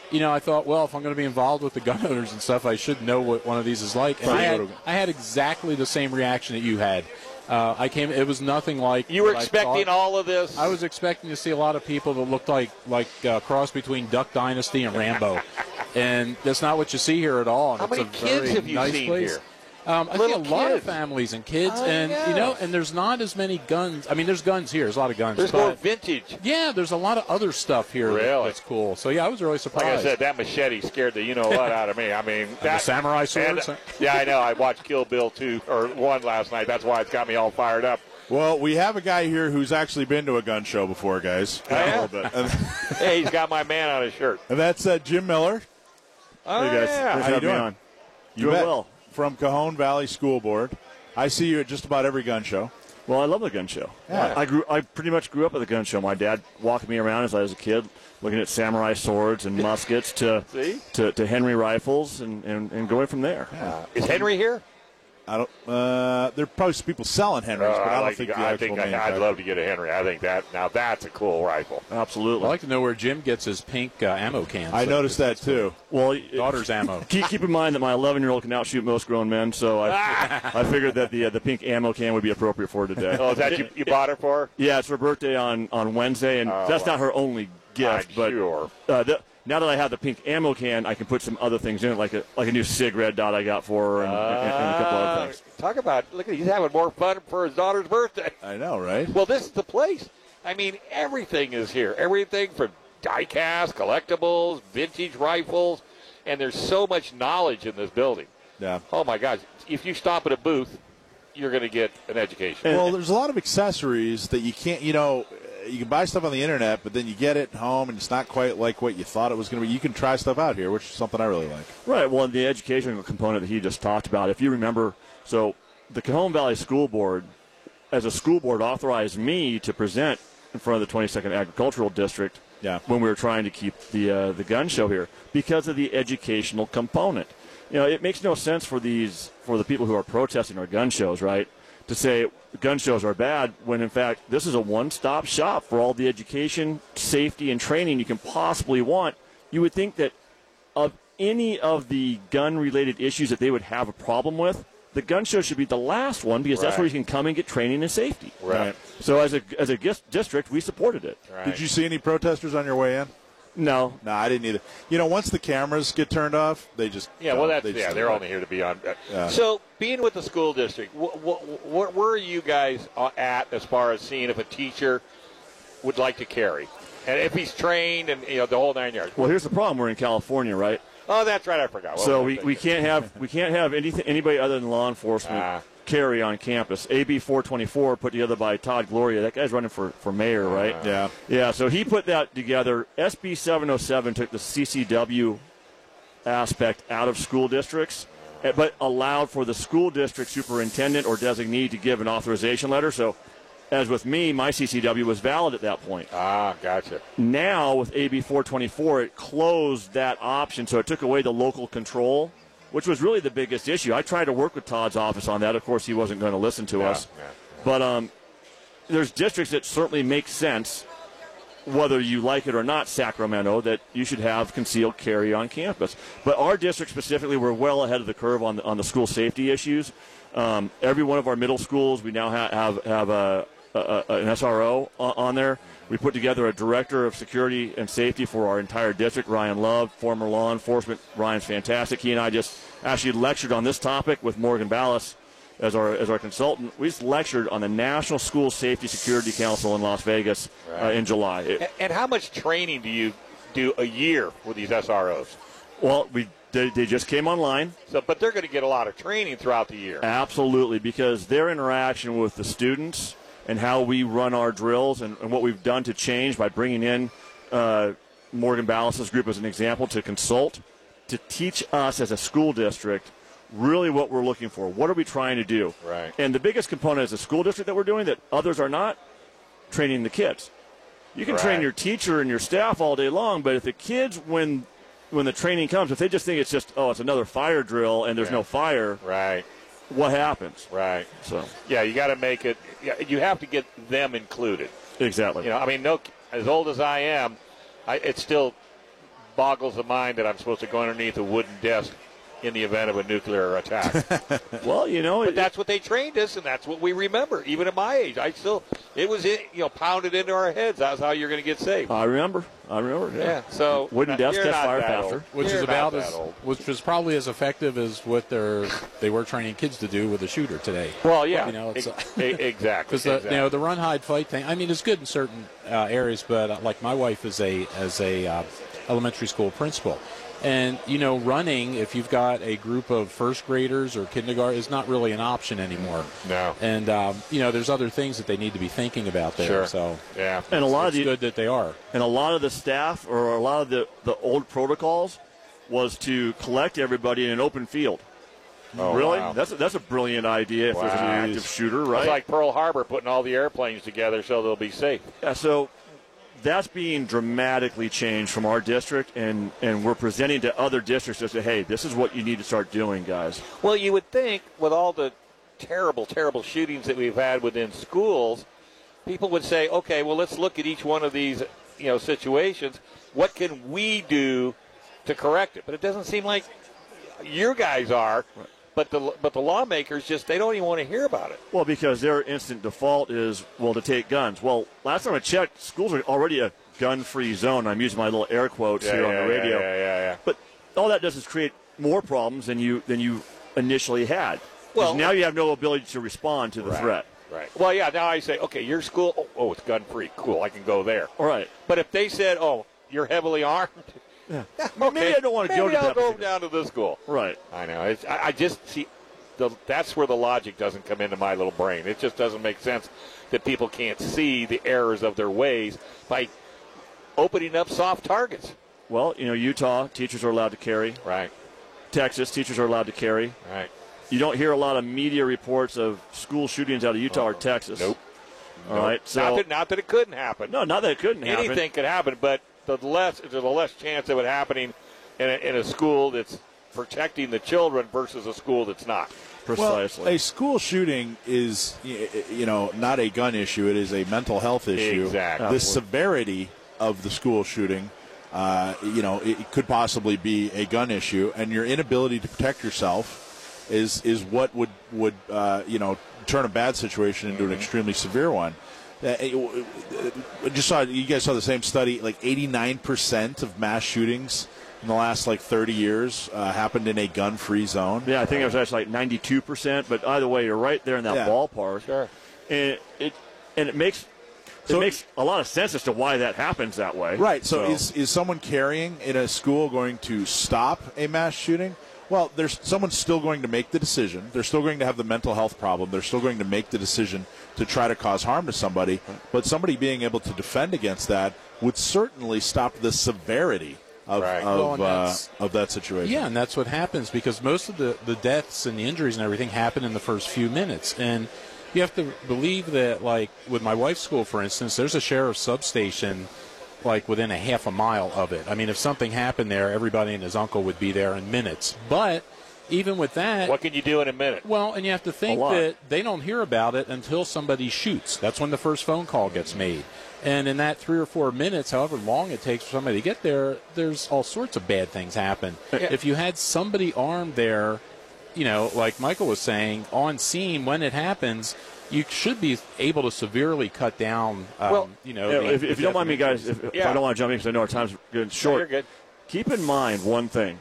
Speaker 7: you know I thought, well, if I'm going to be involved with the gun owners and stuff, I should know what one of these is like. And I
Speaker 2: Probably
Speaker 7: had,
Speaker 2: would've-
Speaker 7: I had exactly the same reaction that you had. Uh, I came. It was nothing like
Speaker 1: you were
Speaker 7: what I
Speaker 1: expecting
Speaker 7: thought.
Speaker 1: all of this.
Speaker 7: I was expecting to see a lot of people that looked like like a cross between Duck Dynasty and Rambo, and that's not what you see here at all. And
Speaker 1: How
Speaker 7: it's
Speaker 1: many
Speaker 7: a
Speaker 1: kids
Speaker 7: very
Speaker 1: have you
Speaker 7: nice
Speaker 1: seen
Speaker 7: place.
Speaker 1: here?
Speaker 7: Um, I
Speaker 1: Little
Speaker 7: see a lot of
Speaker 1: kids.
Speaker 7: families and kids,
Speaker 1: I
Speaker 7: and you
Speaker 1: know.
Speaker 7: know, and there's not as many guns. I mean, there's guns here. There's a lot of guns.
Speaker 1: There's
Speaker 7: but-
Speaker 1: more vintage.
Speaker 7: yeah, there's a lot of other stuff here that-
Speaker 1: Really?
Speaker 7: that's cool. So yeah, I was really
Speaker 1: Like I
Speaker 7: surprised.
Speaker 1: said, that machete scared the you know what out of me. I mean, that,
Speaker 7: samurai sword,
Speaker 1: and-
Speaker 7: so-
Speaker 1: yeah, I know. I watched Kill Bill two or one last night. That's why it's got me all fired up.
Speaker 2: Well, we have a guy here who's actually been to a gun show before, guys.
Speaker 1: yeah?
Speaker 2: A little bit. And,
Speaker 1: Hey, he's got my man on his shirt.
Speaker 2: and that's uh, Jim Miller.
Speaker 1: Oh,
Speaker 2: Hey, guys.
Speaker 1: yeah.
Speaker 2: How you doing? You
Speaker 8: Doing
Speaker 2: bet.
Speaker 8: well.
Speaker 2: From Cajon Valley School Board. I see you at just about every gun show.
Speaker 8: Well, I love the gun show.
Speaker 2: Yeah.
Speaker 8: I grew. I pretty much grew up at the gun show. My dad walked me around as I was a kid, looking at samurai swords and muskets to
Speaker 1: See?
Speaker 8: to, to Henry rifles, and, and, and going from there.
Speaker 1: Is Henry here?
Speaker 2: I don't. Uh, there are probably people selling Henrys,
Speaker 1: Uh,
Speaker 2: but I
Speaker 1: I
Speaker 2: don't
Speaker 1: like-
Speaker 2: think the
Speaker 1: I
Speaker 2: actual
Speaker 1: think I,
Speaker 2: manufacturer.
Speaker 1: I'd love to get a Henry. I think that now that's a cool rifle.
Speaker 8: Absolutely.
Speaker 7: I'd like to know where Jim gets his pink uh, ammo cans.
Speaker 2: I noticed that too.
Speaker 8: well, it-
Speaker 7: daughter's ammo.
Speaker 8: keep, keep in mind that my 11 year old can outshoot most grown men, so I, I figured that the uh, the pink ammo can would be appropriate for her today.
Speaker 1: Oh, is that you, you bought it for?
Speaker 8: Yeah, it's her birthday on, on Wednesday, and
Speaker 1: Oh,
Speaker 8: that's not her only gift.
Speaker 1: I'm
Speaker 8: but
Speaker 1: sure.
Speaker 8: uh, the, now that I have the pink ammo can, I can put some other things in it, like a like a new cig red dot I got for her, and, and, and a couple other
Speaker 1: Uh,
Speaker 8: things.
Speaker 1: talk about look at he's having more fun for his daughter's birthday.
Speaker 2: I know, right?
Speaker 1: Well, this is the place. I mean, everything is here. Everything from diecast, collectibles, vintage rifles, and there's so much knowledge in this building.
Speaker 2: Yeah.
Speaker 1: Oh my gosh! If you stop at a booth, you're going to get an education.
Speaker 2: Well, there's a lot of accessories that you can't, you know, you can buy stuff on the internet, but then you get it home and it's not quite like what you thought it was going to be. You can try stuff out here, which is something I really like.
Speaker 8: Right. Well, and the educational component that he just talked about, if you remember, so the Cajon Valley School Board, as a school board, authorized me to present in front of the 22nd Agricultural District
Speaker 2: Yeah.
Speaker 8: when we were trying to keep the uh, the gun show here because of the educational component. You know, it makes no sense for these for the people who are protesting our gun shows, right? To say gun shows are bad when in fact this is a one-stop shop for all the education, safety, and training you can possibly want. You would think that of any of the gun related issues that they would have a problem with, the gun show should be the last one because that's
Speaker 1: Right.
Speaker 8: where you can come and get training and safety.
Speaker 1: Right.
Speaker 8: So as a as a gis- district, we supported it.
Speaker 1: Right.
Speaker 2: Did you see any protesters on your way in?
Speaker 8: No,
Speaker 2: No, I didn't either. You know, once the cameras get turned off, they just
Speaker 1: Yeah, well,
Speaker 2: don't.
Speaker 1: that's
Speaker 2: They just
Speaker 1: yeah.
Speaker 2: don't.
Speaker 1: They're only here to be on. uh,
Speaker 2: Yeah.
Speaker 1: So, being with the school district, wh- wh- wh- where are you guys uh, at as far as seeing if a teacher would like to carry, and if he's trained, and you know the whole nine yards?
Speaker 8: well here's the problem. We're in California, right?
Speaker 1: Oh, that's right. I forgot. What
Speaker 8: so
Speaker 1: was I
Speaker 8: we, we
Speaker 1: thinking?
Speaker 8: can't have we can't have anything anybody other than law enforcement
Speaker 1: Ah.
Speaker 8: carry on campus. AB 424 put together by Todd Gloria. That guy's running for for mayor, right?
Speaker 2: Yeah.
Speaker 8: Yeah, so he put that together. SB 707 took the CCW aspect out of school districts, eh, but allowed for the school district superintendent or designee to give an authorization letter. So, as with me, my CCW was valid at that point.
Speaker 1: Ah, gotcha.
Speaker 8: Now, with AB 424, it closed that option, so it took away the local control, which was really the biggest issue. I tried to work with Todd's office on that. Of course, he wasn't going to listen to us.
Speaker 1: yeah,
Speaker 8: But um, there's districts that certainly make sense, whether you like it or not, Sacramento, that you should have concealed carry on campus. But our district specifically, we're well ahead of the curve on the, on the school safety issues. Um, every one of our middle schools, we now ha- have have a, a, a, an SRO on, on there. We put together a director of security and safety for our entire district, Ryan Love, former law enforcement. Ryan's fantastic. He and I just actually lectured on this topic with Morgan Ballas as our as our consultant. We just lectured on the National School Safety Security Council in Las Vegas uh, in July. It-
Speaker 1: And, and how much training do you do a year with these SROs?
Speaker 8: well, we they, they just came online.
Speaker 1: So, but they're going to get a lot of training throughout the year.
Speaker 8: Absolutely, because their interaction with the students and how we run our drills and, and what we've done to change by bringing in uh, Morgan Ballas' group as an example to consult, to teach us as a school district really what we're looking for. What are we trying to do?
Speaker 1: Right.
Speaker 8: And the biggest component as a school district that we're doing that others are not, training the kids. You can train
Speaker 1: Right.
Speaker 8: your teacher and your staff all day long, but if the kids, when when the training comes, if they just think it's just oh, it's another fire drill and there's no fire,
Speaker 1: Right.
Speaker 8: what happens.
Speaker 1: Right.
Speaker 8: So
Speaker 1: Yeah, you got to make it. yeah, You have to get them included.
Speaker 8: exactly.
Speaker 1: You know, I mean, no, as old as I am, I, it still boggles the mind that I'm supposed to go underneath a wooden desk in the event of a nuclear attack.
Speaker 8: Well, you know,
Speaker 1: But that's what they trained us, and that's what we remember. Even at my age, I still it was in, you know pounded into our heads. That's how you're going to get saved.
Speaker 7: Uh,
Speaker 8: I remember. I remember.
Speaker 1: yeah. So
Speaker 8: Wooden
Speaker 1: you're
Speaker 8: desk, catch
Speaker 1: not
Speaker 8: fire
Speaker 1: that
Speaker 8: faster.
Speaker 1: old.
Speaker 7: which
Speaker 1: You're
Speaker 7: is
Speaker 1: not
Speaker 7: about
Speaker 1: that
Speaker 7: as
Speaker 1: old.
Speaker 7: which was probably as effective as what they're they were training kids to do with a shooter today.
Speaker 1: Well, yeah.
Speaker 7: you know, it's-
Speaker 1: Ex- e- exactly.
Speaker 7: Because the
Speaker 1: exactly.
Speaker 7: you know the run hide fight thing, I mean, it's good in certain uh, areas, but uh, like my wife is a as a uh, elementary school principal, and you know running if you've got a group of first graders or kindergarten is not really an option anymore.
Speaker 1: No.
Speaker 7: and um, you know there's other things that they need to be thinking about there.
Speaker 1: Sure.
Speaker 7: So
Speaker 1: yeah.
Speaker 8: And a lot
Speaker 7: it's
Speaker 8: of the
Speaker 7: good that they are.
Speaker 8: and a lot of the staff or a lot of the, the old protocols was to collect everybody in an open field.
Speaker 1: Oh,
Speaker 8: really?
Speaker 1: wow.
Speaker 8: That's a, that's a brilliant idea if there's an
Speaker 1: Wow.
Speaker 8: active shooter,
Speaker 1: It's
Speaker 8: right?
Speaker 1: like Pearl Harbor putting all the airplanes together so they'll be safe.
Speaker 8: Yeah, so that's being dramatically changed from our district, and, and we're presenting to other districts to say, hey, this is what you need to start doing, guys.
Speaker 1: Well, you would think with all the terrible, terrible shootings that we've had within schools, people would say, okay, well, let's look at each one of these, you know, situations. What can we do to correct it? But it doesn't seem like your guys are. But the but the lawmakers just they don't even want to hear about it.
Speaker 8: Well, because their instant default is, well, to take guns. Well, last time I checked, schools are already a gun free zone. I'm using my little air quotes here on the radio.
Speaker 1: yeah,
Speaker 8: But all that does is create more problems than you than you initially had. 'Cause
Speaker 1: Well-
Speaker 8: now you have no ability to respond to the threat.
Speaker 1: Right. Well, yeah. Now I say, okay, your school. Oh, oh it's gun free. Cool. I can go there.
Speaker 8: All right.
Speaker 1: But if they said, "Oh, you're heavily armed," okay,
Speaker 8: Maybe I don't want to go
Speaker 1: maybe
Speaker 8: to
Speaker 1: I'll
Speaker 8: that.
Speaker 1: go
Speaker 8: particular-
Speaker 1: down to this school.
Speaker 8: Right.
Speaker 1: I know. It's, I, I just see the, that's where the logic doesn't come into my little brain. It just doesn't make sense that people can't see the errors of their ways by opening up soft targets.
Speaker 8: Well, you know, Utah teachers are allowed to carry.
Speaker 1: Right.
Speaker 8: Texas teachers are allowed to carry.
Speaker 1: Right.
Speaker 8: You don't hear a lot of media reports of school shootings out of Utah or Texas.
Speaker 1: nope.
Speaker 8: All right.
Speaker 1: not
Speaker 8: So
Speaker 1: that not that it couldn't happen.
Speaker 8: no, not that it couldn't happen.
Speaker 1: anything could happen, but the less there's a less chance of it happening in a, in a school that's protecting the children versus a school that's not.
Speaker 8: precisely.
Speaker 2: Well, a school shooting is, y- y- you know, not a gun issue. It is a mental health issue.
Speaker 1: Exactly.
Speaker 2: The severity of the school shooting, uh, you know, it, it could possibly be a gun issue, and your inability to protect yourself is is what would would uh, you know turn a bad situation into an extremely severe one. Uh, it- I just saw you guys saw the same study. Like 89% of mass shootings in the last like 30 years uh, happened in a gun-free zone.
Speaker 8: Yeah, I think it was actually like ninety-two percent. But either way, you're right there in that
Speaker 2: Yeah.
Speaker 8: ballpark. Sure. And it and it makes
Speaker 2: So-
Speaker 8: it makes a lot of sense as to why that happens that way.
Speaker 2: Right. So, is is someone carrying in a school going to stop a mass shooting? Well, there's someone's still going to make the decision. They're still going to have the mental health problem. They're still going to make the decision to try to cause harm to somebody. But somebody being able to defend against that would certainly stop the severity of
Speaker 1: Right.
Speaker 2: of,
Speaker 7: Well, and
Speaker 2: uh,
Speaker 7: that's-
Speaker 2: of that situation.
Speaker 7: Yeah, and that's what happens because most of the, the deaths and the injuries and everything happen in the first few minutes. And you have to believe that, like, with my wife's school, for instance, there's a sheriff's substation, like, within a half a mile of it. I mean, if something happened there, everybody and his uncle would be there in minutes. But even with that,
Speaker 1: What can you do in a minute?
Speaker 7: well, and you have to think
Speaker 8: lot.
Speaker 7: that they don't hear about it until somebody shoots. That's when the first phone call gets made. And in that three or four minutes, however long it takes for somebody to get there, there's all sorts of bad things happen. If you had somebody armed there, you know, like Michael was saying, on scene when it happens, you should be able to severely cut down. Um,
Speaker 1: Well,
Speaker 7: you know,
Speaker 8: Yeah,
Speaker 7: the-
Speaker 8: if, if you don't mind me, guys, if, if
Speaker 1: Yeah.
Speaker 8: I don't want to jump in because I know our time's getting short.
Speaker 1: You're good.
Speaker 8: Keep in mind one thing: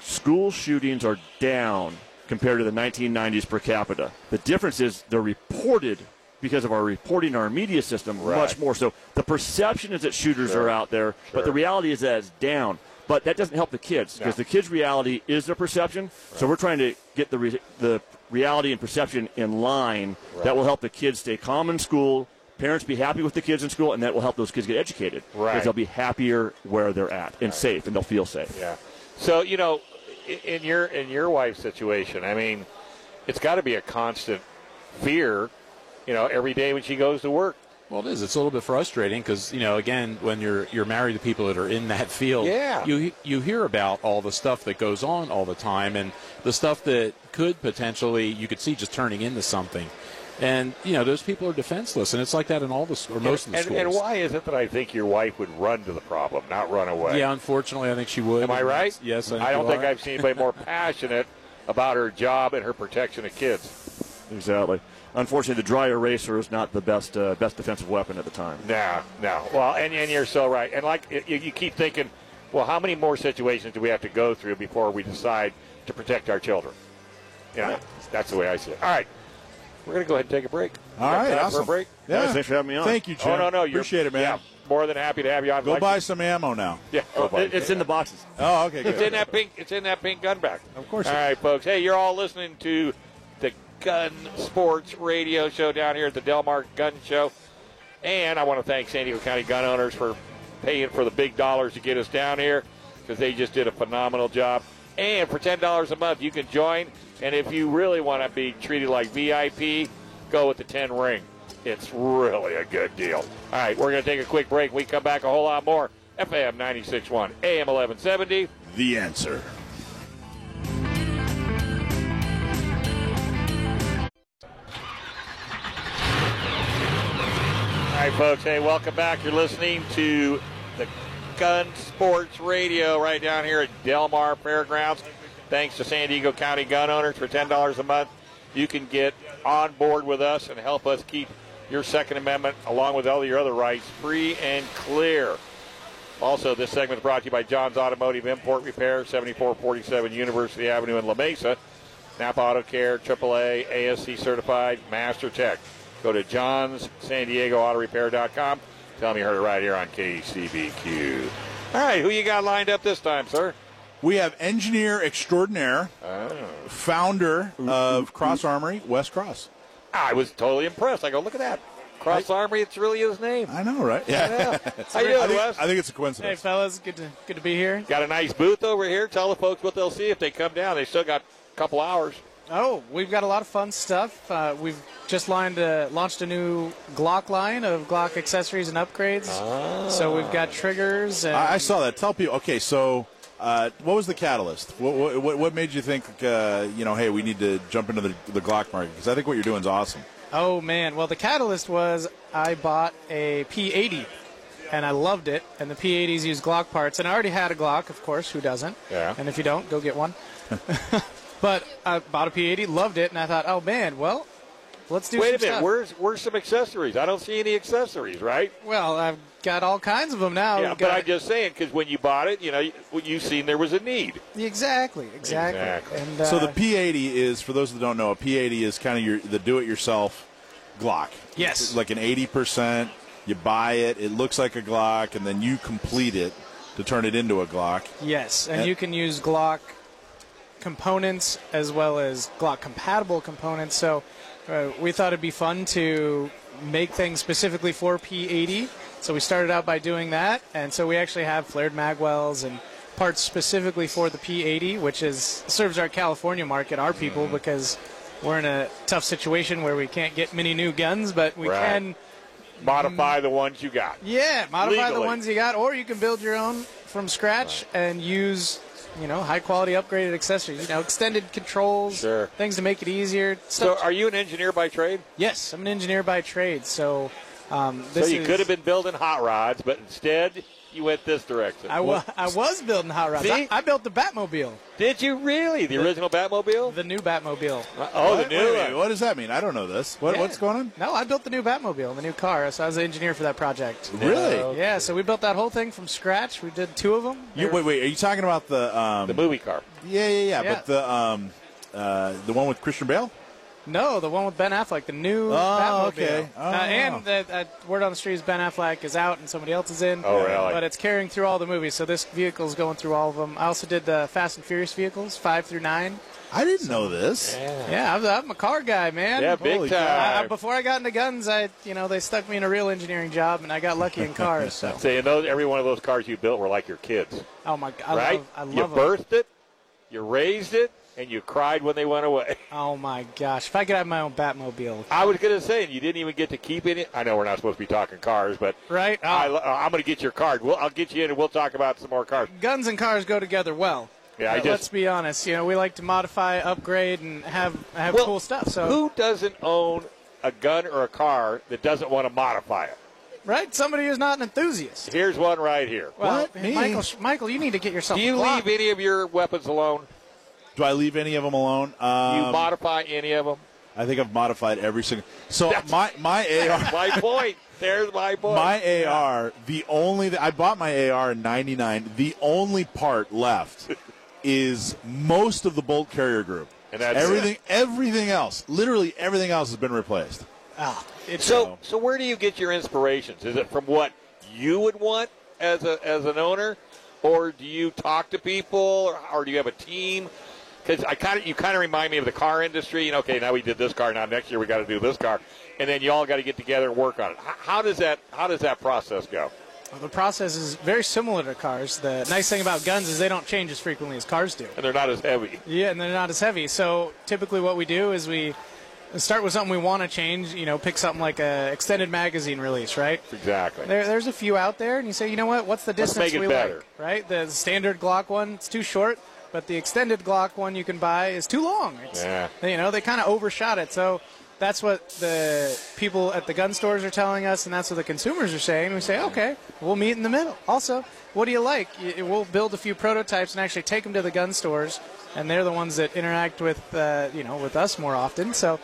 Speaker 8: school shootings are down compared to the 1990s per capita. The difference is they're reported because of our reporting, our media system, much more. So the perception is that shooters are out there, but the reality is that it's down. But that doesn't help the kids because the kids' reality is their perception. So we're trying to get the re- the reality and perception in line. That will help the kids stay calm in school. Parents be happy with the kids in school, and that will help those kids get educated
Speaker 1: Right.
Speaker 8: because they'll be happier where they're at and safe, and they'll feel safe.
Speaker 1: Yeah. So you know, i- in your in your wife's situation, I mean, it's got to be a constant fear. You know, every day when she goes to work,
Speaker 7: Well, it is. It's a little bit frustrating because you know, again, when you're you're married to people that are in that field,
Speaker 1: Yeah.
Speaker 7: you you hear about all the stuff that goes on all the time, and the stuff that could potentially you could see just turning into something, and you know, those people are defenseless, and it's like that in all the s- or most of
Speaker 1: and,
Speaker 7: the schools.
Speaker 1: and why is it that I think your wife would run to the problem, not run away?
Speaker 7: Yeah, unfortunately, I think she would.
Speaker 1: Am I right?
Speaker 7: Yes, I, think
Speaker 1: I don't
Speaker 7: you
Speaker 1: think
Speaker 7: are.
Speaker 1: I've seen anybody more passionate about her job and her protection of kids.
Speaker 9: Exactly. Unfortunately, the dry eraser is not the best uh, best defensive weapon at the time.
Speaker 1: No, no. Well, and, and you're so right. And like you, you keep thinking, well, how many more situations do we have to go through before we decide to protect our children? You know, that's the way I see it. All right, we're gonna go ahead and take a break.
Speaker 2: All
Speaker 1: Got
Speaker 2: right,
Speaker 1: time for a
Speaker 2: awesome.
Speaker 1: break?
Speaker 2: Yeah.
Speaker 9: Guys, thanks for having me on.
Speaker 2: Thank you, Jim.
Speaker 1: Oh no, no, you're-
Speaker 2: appreciate it, man.
Speaker 1: Yeah, more than happy to have you on.
Speaker 2: Go
Speaker 1: Like-
Speaker 2: buy some ammo now.
Speaker 1: Yeah,
Speaker 9: Oh, it- it's in the boxes.
Speaker 2: Oh, okay,
Speaker 1: It's in
Speaker 2: good.
Speaker 1: that pink. It's in that pink gun bag.
Speaker 2: Of course
Speaker 1: All
Speaker 2: it is.
Speaker 1: right, folks. Hey, you're all listening to the Gun Sports Radio Show down here at the Delmar Gun Show, and I want to thank San Diego County gun owners for paying for the big dollars to get us down here because they just did a phenomenal job. And for ten dollars a month, you can join. And if you really want to be treated like VIP, go with the ten ring. It's really a good deal. All right, we're going to take a quick break. We come back a whole lot more. FM 96.1, AM 1170.
Speaker 2: The answer.
Speaker 1: All right, folks. Hey, welcome back. You're listening to the Gun Sports Radio right down here at Delmar Fairgrounds. Thanks to San Diego County gun owners for $10 a month. You can get on board with us and help us keep your Second Amendment, along with all your other rights, free and clear. Also, this segment is brought to you by John's Automotive Import Repair, 7447 University Avenue in La Mesa. Napa Auto Care, AAA, ASC certified, Master Tech. Go to John's San Diego Auto Repair.com. Tell them you heard it right here on KCBQ. All right, who you got lined up this time, sir?
Speaker 2: We have engineer extraordinaire, founder of Cross Armory, Wes Cross.
Speaker 1: I was totally impressed. I go, look at that. Cross Armory, it's really his name.
Speaker 2: I know, right? Yeah.
Speaker 1: How you
Speaker 2: I,
Speaker 1: doing,
Speaker 2: think,
Speaker 1: Wes?
Speaker 2: I think it's a
Speaker 8: Hey,
Speaker 2: coincidence.
Speaker 8: fellas, good to good to be here.
Speaker 1: Got a nice booth over here. Tell the folks what they'll see if they come down. They still got a couple hours.
Speaker 8: Oh, we've got a lot of fun stuff. Uh, we've just lined a, launched a new Glock line of Glock accessories and upgrades.
Speaker 1: Ah.
Speaker 8: So we've got triggers and
Speaker 2: I, I saw that. Tell people. Okay, so uh, what was the catalyst? What, what, what made you think, uh, you know, hey, we need to jump into the, the Glock market? Because I think what you're doing is awesome.
Speaker 8: Oh man, well the catalyst was I bought a P80 and I loved it and the P80s use Glock parts and I already had a Glock, of course, who doesn't?
Speaker 1: Yeah.
Speaker 8: And if you don't, go get one. but I bought a P80, loved it and I thought, "Oh man, well, let's do
Speaker 1: Wait
Speaker 8: some
Speaker 1: a minute.
Speaker 8: stuff."
Speaker 1: Where's where's some accessories? I don't see any accessories, right?
Speaker 8: well, I've got all kinds of them now.
Speaker 1: yeah,
Speaker 8: We've
Speaker 1: but
Speaker 8: got-
Speaker 1: I'm just saying because when you bought it, you know, you, you seen there was a need.
Speaker 8: exactly, exactly.
Speaker 1: Exactly.
Speaker 8: And, uh,
Speaker 2: so the P80 is, for those that don't know, a P80 is kind of your the do-it-yourself Glock.
Speaker 8: Yes.
Speaker 2: It's like an 80%. You buy it, it looks like a Glock, and then you complete it to turn it into a Glock.
Speaker 8: Yes, and
Speaker 2: Uh,
Speaker 8: you can use Glock components as well as Glock compatible components. So uh, we thought it'd be fun to make things specifically for P80. So we started out by doing that, and so we actually have flared magwells and parts specifically for the P80, which is serves our California market, our people, because we're in a tough situation where we can't get many new guns, but we
Speaker 1: Right.
Speaker 8: can,
Speaker 1: Modify the ones you got.
Speaker 8: yeah, modify the
Speaker 1: Legally.
Speaker 8: ones you got, or you can build your own from scratch and use, you know, high quality upgraded accessories. You know, extended controls,
Speaker 1: Sure.
Speaker 8: things to make it easier.
Speaker 1: So,
Speaker 8: Stuff.
Speaker 1: are you an engineer by trade?
Speaker 8: yes, I'm an engineer by trade, so um,
Speaker 1: So
Speaker 8: this
Speaker 1: you
Speaker 8: is-
Speaker 1: could have been building hot rods, but instead you went this direction.
Speaker 8: I, wa- I was building hot rods. I,
Speaker 1: See?
Speaker 8: I built the Batmobile,
Speaker 1: Did you really? The original Batmobile?
Speaker 8: the new
Speaker 1: oh,
Speaker 8: Batmobile.
Speaker 2: What?
Speaker 1: the
Speaker 2: Wait
Speaker 1: new
Speaker 2: a minute,
Speaker 1: one.
Speaker 2: What does that mean? I don't know this. What,
Speaker 8: Yeah.
Speaker 2: What's going on?
Speaker 8: No, I built the new Batmobile, the new car. So I was an engineer for that project.
Speaker 2: Really?
Speaker 8: Yeah, so we built that whole thing from scratch. We did two of them.
Speaker 2: You, wait, wait. Are you talking about the? Um,
Speaker 1: The movie car.
Speaker 2: yeah, yeah, yeah,
Speaker 8: Yeah.
Speaker 2: But the um, uh, the one with Christian Bale.
Speaker 8: No, the one with Ben Affleck, the new
Speaker 2: Oh,
Speaker 8: Batmobile.
Speaker 2: okay. Oh.
Speaker 8: Uh, and the uh, word on the street is Ben Affleck is out and somebody else is in.
Speaker 1: Oh, really?
Speaker 8: But it's carrying through all the movies, so this vehicle's going through all of them. I also did the Fast and Furious vehicles, five through nine.
Speaker 2: I didn't know this.
Speaker 8: Yeah, I'm, I'm a car guy, man.
Speaker 1: Yeah, big
Speaker 2: Holy
Speaker 1: time.
Speaker 8: I, I- before I got into guns, I you know they stuck me in a real engineering job, and I got lucky in cars. So,
Speaker 1: See, and those, every one of those cars you built were like your kids,
Speaker 8: oh my, God, I
Speaker 1: right?
Speaker 8: love, I love
Speaker 1: you
Speaker 8: 'em.
Speaker 1: birthed it, you raised it, and you cried when they went away.
Speaker 8: Oh my gosh! If I could have my own Batmobile,
Speaker 1: I was going to say, and you didn't even get to keep any. I know we're not supposed to be talking cars, but
Speaker 8: right? Oh,
Speaker 1: I, I'm going to get your card. We'll, I'll get you in, and we'll talk about some more cars.
Speaker 8: guns and cars go together well.
Speaker 1: Yeah, I
Speaker 8: But
Speaker 1: just-
Speaker 8: let's be honest. You know, we like to modify, upgrade, and have have
Speaker 1: Well,
Speaker 8: cool stuff. So
Speaker 1: Who doesn't own a gun or a car that doesn't want to modify it?
Speaker 8: right, somebody who's not an enthusiast.
Speaker 1: Here's one right here.
Speaker 8: Well,
Speaker 2: What? Me?
Speaker 8: Michael, Michael, you need to get yourself.
Speaker 1: Do you
Speaker 8: a Glock.
Speaker 1: leave any of your weapons alone?
Speaker 2: Do I leave any of them alone?
Speaker 1: Do you
Speaker 2: Um,
Speaker 1: modify any of them?
Speaker 2: I think I've modified every single. So my my AR
Speaker 1: My point. There's my point.
Speaker 2: my AR the only I bought my AR in '99. The only part left is most of the bolt carrier group.
Speaker 1: And that's it.
Speaker 2: everything everything else, literally everything else has been replaced.
Speaker 8: Ah, it's
Speaker 1: so, so where do you get your inspirations? Is it from what you would want as a as an owner, or do you talk to people, or, or do you have a team? Because I kind of you kind of remind me of the car industry. You know, okay, now we did this car. Now next year we got to do this car, and then you all got to get together and work on it. How, how does that How does that process go?
Speaker 8: the process is very similar to cars. The nice thing about guns is they don't change as frequently as cars do.
Speaker 1: And they're not as heavy.
Speaker 8: Yeah, and they're not as heavy. So typically, what we do is we start with something we want to change. You know, pick something like a extended magazine release, right?
Speaker 1: Exactly.
Speaker 8: There, there's a few out there, and you say, you know what? What's the
Speaker 1: Let's
Speaker 8: distance
Speaker 1: make it
Speaker 8: we
Speaker 1: better.
Speaker 8: like? Right? The standard Glock one, it's too short, but the extended Glock one you can buy is too long. It's,
Speaker 1: Yeah.
Speaker 8: You know, they kind of overshot it. So that's what the people at the gun stores are telling us, and that's what the consumers are saying. We say, okay, we'll meet in the middle. Also, what do you like? Y- We'll build a few prototypes and actually take them to the gun stores, and they're the ones that interact with, uh, you know, with us more often. So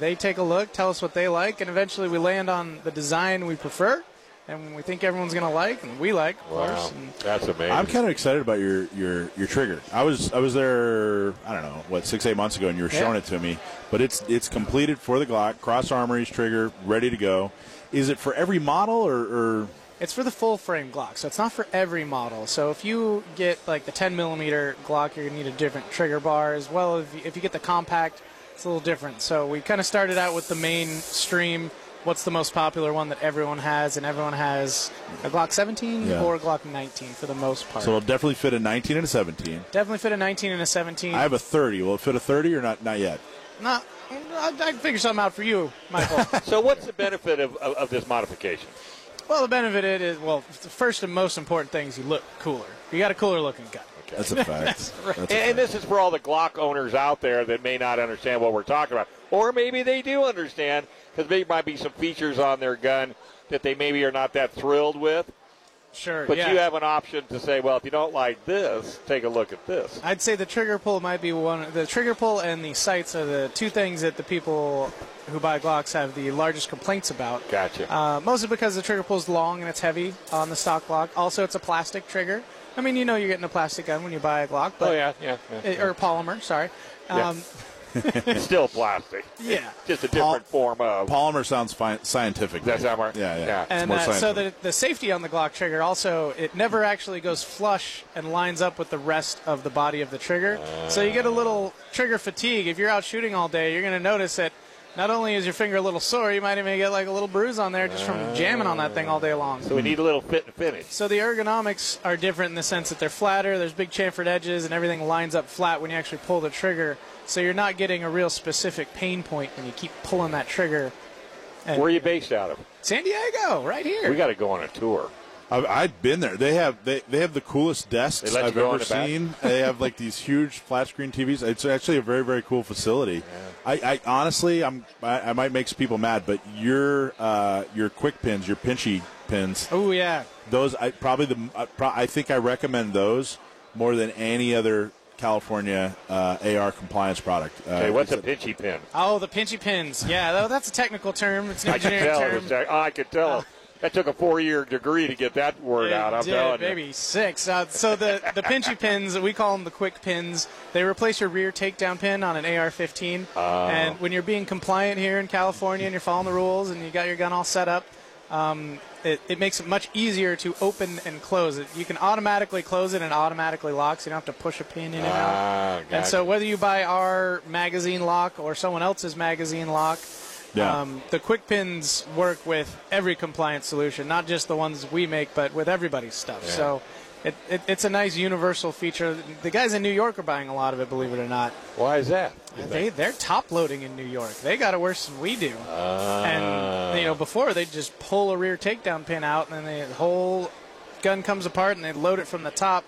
Speaker 8: they take a look, tell us what they like, and eventually we land on the design we prefer and we think everyone's going to like and we like, of course. And
Speaker 1: that's amazing.
Speaker 2: I'm kind of excited about your, your your trigger. I was I was there I don't know what six eight months ago, and you were
Speaker 8: Yeah.
Speaker 2: showing it to me. But it's it's completed for the Glock cross armories trigger ready to go. Is it for every model or, or
Speaker 8: it's for the full frame Glock, so it's not for every model. So if you get like the 10 millimeter Glock, you're going to need a different trigger bar as well. If you, if you get the compact, it's a little different. So we kind of started out with the mainstream. What's the most popular one that everyone has? And everyone has a Glock 17
Speaker 2: Yeah.
Speaker 8: or a Glock 19 for the most part.
Speaker 2: so it'll definitely fit a 19 and a 17.
Speaker 8: Definitely fit a 19 and a 17.
Speaker 2: I have a 30. Will it fit a 30 or not? Not yet.
Speaker 8: not, I, I can figure something out for you, Michael.
Speaker 1: so, what's the benefit of, of, of this modification?
Speaker 8: Well, the benefit it is well, the first and most important thing is you look cooler. You got a cooler looking gun.
Speaker 2: That's a fact. That's a
Speaker 1: And, and
Speaker 2: fact.
Speaker 1: this is for all the Glock owners out there that may not understand what we're talking about, or maybe they do understand because there might be some features on their gun that they maybe are not that thrilled with.
Speaker 8: Sure.
Speaker 1: But
Speaker 8: yeah.
Speaker 1: you have an option to say, well, if you don't like this, take a look at this.
Speaker 8: I'd say the trigger pull might be one. The trigger pull and the sights are the two things that the people who buy Glocks have the largest complaints about.
Speaker 1: Gotcha.
Speaker 8: Uh, mostly because the trigger pull's long and it's heavy on the stock Glock. Also, it's a plastic trigger. I mean, you know you're getting a plastic gun when you buy a Glock, but
Speaker 1: oh yeah, yeah. yeah.
Speaker 8: eh, or polymer. Sorry.
Speaker 1: Yeah.
Speaker 8: Um,
Speaker 1: it's still plastic.
Speaker 8: yeah.
Speaker 1: Just a different form of.
Speaker 2: Polymer sounds fi- scientific.
Speaker 1: That's how I'm-
Speaker 2: Yeah, yeah.
Speaker 1: yeah.
Speaker 2: It's
Speaker 8: and
Speaker 2: more
Speaker 8: uh, so the,
Speaker 2: scientific.
Speaker 8: the safety on the Glock trigger also it never actually goes flush and lines up with the rest of the body of the trigger. so you get a little trigger fatigue. If you're out shooting all day, you're going to notice that not only is your finger a little sore, you might even get like a little bruise on there just from jamming on that thing all day long.
Speaker 1: So we need a little fit and finish.
Speaker 8: So the ergonomics are different in the sense that they're flatter, there's big chamfered edges, and everything lines up flat when you actually pull the trigger. So you're not getting a real specific pain point when you keep pulling that trigger.
Speaker 1: Where are you based out of?
Speaker 8: San Diego, right here.
Speaker 1: We got to go on a tour.
Speaker 2: I've, I've been there. They have they, they have the coolest
Speaker 1: They
Speaker 2: desks
Speaker 1: let you
Speaker 2: I've
Speaker 1: go in
Speaker 2: ever
Speaker 1: the back?
Speaker 2: seen. they have like these huge flat screen TVs. It's actually a very very cool facility. I, I honestly I'm I, I might make some people mad, but your uh, your quick pins, your pinchy pins,
Speaker 8: oh yeah.
Speaker 2: those I probably the I, pro, I think I recommend those more than any other California uh, AR compliance product. Uh,
Speaker 1: Okay, what's a
Speaker 2: it's
Speaker 1: pinchy pin?
Speaker 8: Oh, the pinchy pins. Yeah, tho- that's a technical term. It's an
Speaker 1: I could
Speaker 8: engineering
Speaker 1: tell. It was,
Speaker 8: term.
Speaker 1: that- oh, I could tell. That took a four-year degree to get that word out. I'm
Speaker 8: It did,
Speaker 1: telling you.
Speaker 8: maybe six. Uh, so the the pinchy pins, we call them the quick pins. They replace your rear takedown pin on an AR-15.
Speaker 1: Uh.
Speaker 8: And when you're being compliant here in California and you're following the rules and you got your gun all set up, um, it, it makes it much easier to open and close it. You can automatically close it and automatically locks. You don't have to push a pin in and out.
Speaker 1: Ah,
Speaker 8: And
Speaker 1: gotcha.
Speaker 8: so whether you buy our magazine lock or someone else's magazine lock,
Speaker 2: Yeah.
Speaker 8: um, the quick pins work with every compliance solution, not just the ones we make, but with everybody's stuff. So it, it, it's a nice universal feature. The guys in New York are buying a lot of it, believe it or not.
Speaker 1: Why is that?
Speaker 8: They they're top loading in New York. They got it worse than we do.
Speaker 2: Ah.
Speaker 8: and you know before they just pull a rear takedown pin out and then the whole gun comes apart and they load it from the top.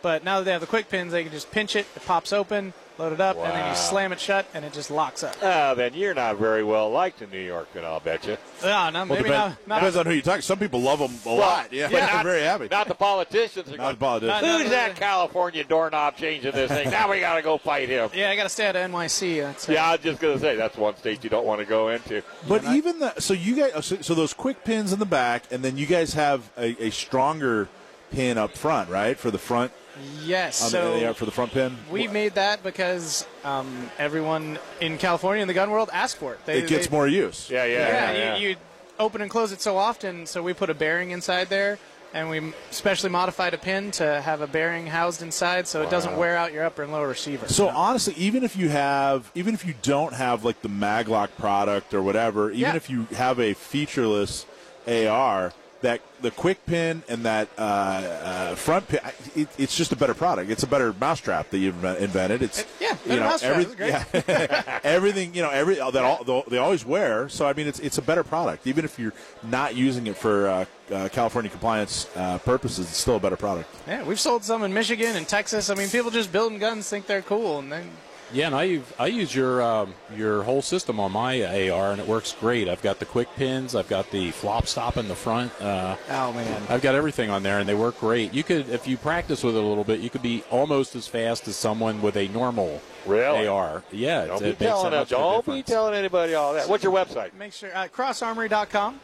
Speaker 8: But now that they have the quick pins, they can just pinch it. It pops open, load it up, and then
Speaker 1: Wow.
Speaker 8: you slam it shut and it just locks up.
Speaker 1: Ah, then you're not very well liked in New York, then I'll bet you.
Speaker 8: Yeah, no, Ah, maybe
Speaker 2: Depend-
Speaker 8: not, not,
Speaker 2: depends on who you talk. Some people love them a lot. Yeah,
Speaker 1: but
Speaker 2: I'm
Speaker 1: not-
Speaker 2: very happy.
Speaker 1: Not the politicians. Are
Speaker 2: Not the
Speaker 1: going,
Speaker 2: politicians.
Speaker 1: Who's that California doorknob changing this thing? now we got to go fight him.
Speaker 8: Yeah, I got to stay out of NYC. That's it.
Speaker 1: Yeah, I was just going to say that's one state you don't want to go into.
Speaker 2: But even the so you guys so, so those quick pins in the back, and then you guys have a, a stronger pin up front, right, for the front um,
Speaker 8: Yes.
Speaker 2: on
Speaker 8: so
Speaker 2: the, yeah, for the front pin.
Speaker 8: We made that because um, everyone in California in the gun world asked for it. They,
Speaker 2: it gets
Speaker 8: they-
Speaker 2: more use.
Speaker 1: Yeah, yeah,
Speaker 8: Yeah,
Speaker 1: yeah. yeah.
Speaker 8: You, you open and close it so often, so we put a bearing inside there, and we specially modified a pin to have a bearing housed inside, so it doesn't wear out your upper and lower receiver.
Speaker 2: So honestly, even if you have, even if you don't have like the Maglock product or whatever, even
Speaker 8: Yeah.
Speaker 2: if you have a featureless AR, that the quick pin and that uh, uh, front pin, I- it, it's just a better product. It's a better mousetrap that you've inve- invented. It's
Speaker 8: yeah,
Speaker 2: you
Speaker 8: better
Speaker 2: know,
Speaker 8: mousetrap.
Speaker 2: every-
Speaker 8: That's great.
Speaker 2: yeah. everything you know, every that all, they'll- they always wear. So I mean, it's it's a better product, even if you're not using it for uh, uh, California compliance uh, purposes. It's still a better product.
Speaker 8: yeah, we've sold some in Michigan and Texas. I mean, people just building guns think they're cool, and then
Speaker 7: Yeah, and I use, I use your um, your whole system on my AR, and it works great. I've got the quick pins, I've got the flop stop in the front. Uh,
Speaker 8: oh man,
Speaker 7: I've got everything on there, and they work great. You could, if you practice with it a little bit, you could be almost as fast as someone with a normal
Speaker 1: Really?
Speaker 7: AR. Yeah,
Speaker 1: don't
Speaker 7: it,
Speaker 1: be
Speaker 7: it makes that
Speaker 1: telling,
Speaker 7: much
Speaker 1: us-
Speaker 7: of a
Speaker 1: don't be
Speaker 7: difference.
Speaker 1: telling anybody all that. What's your website?
Speaker 8: make sure uh, crossarmory.com.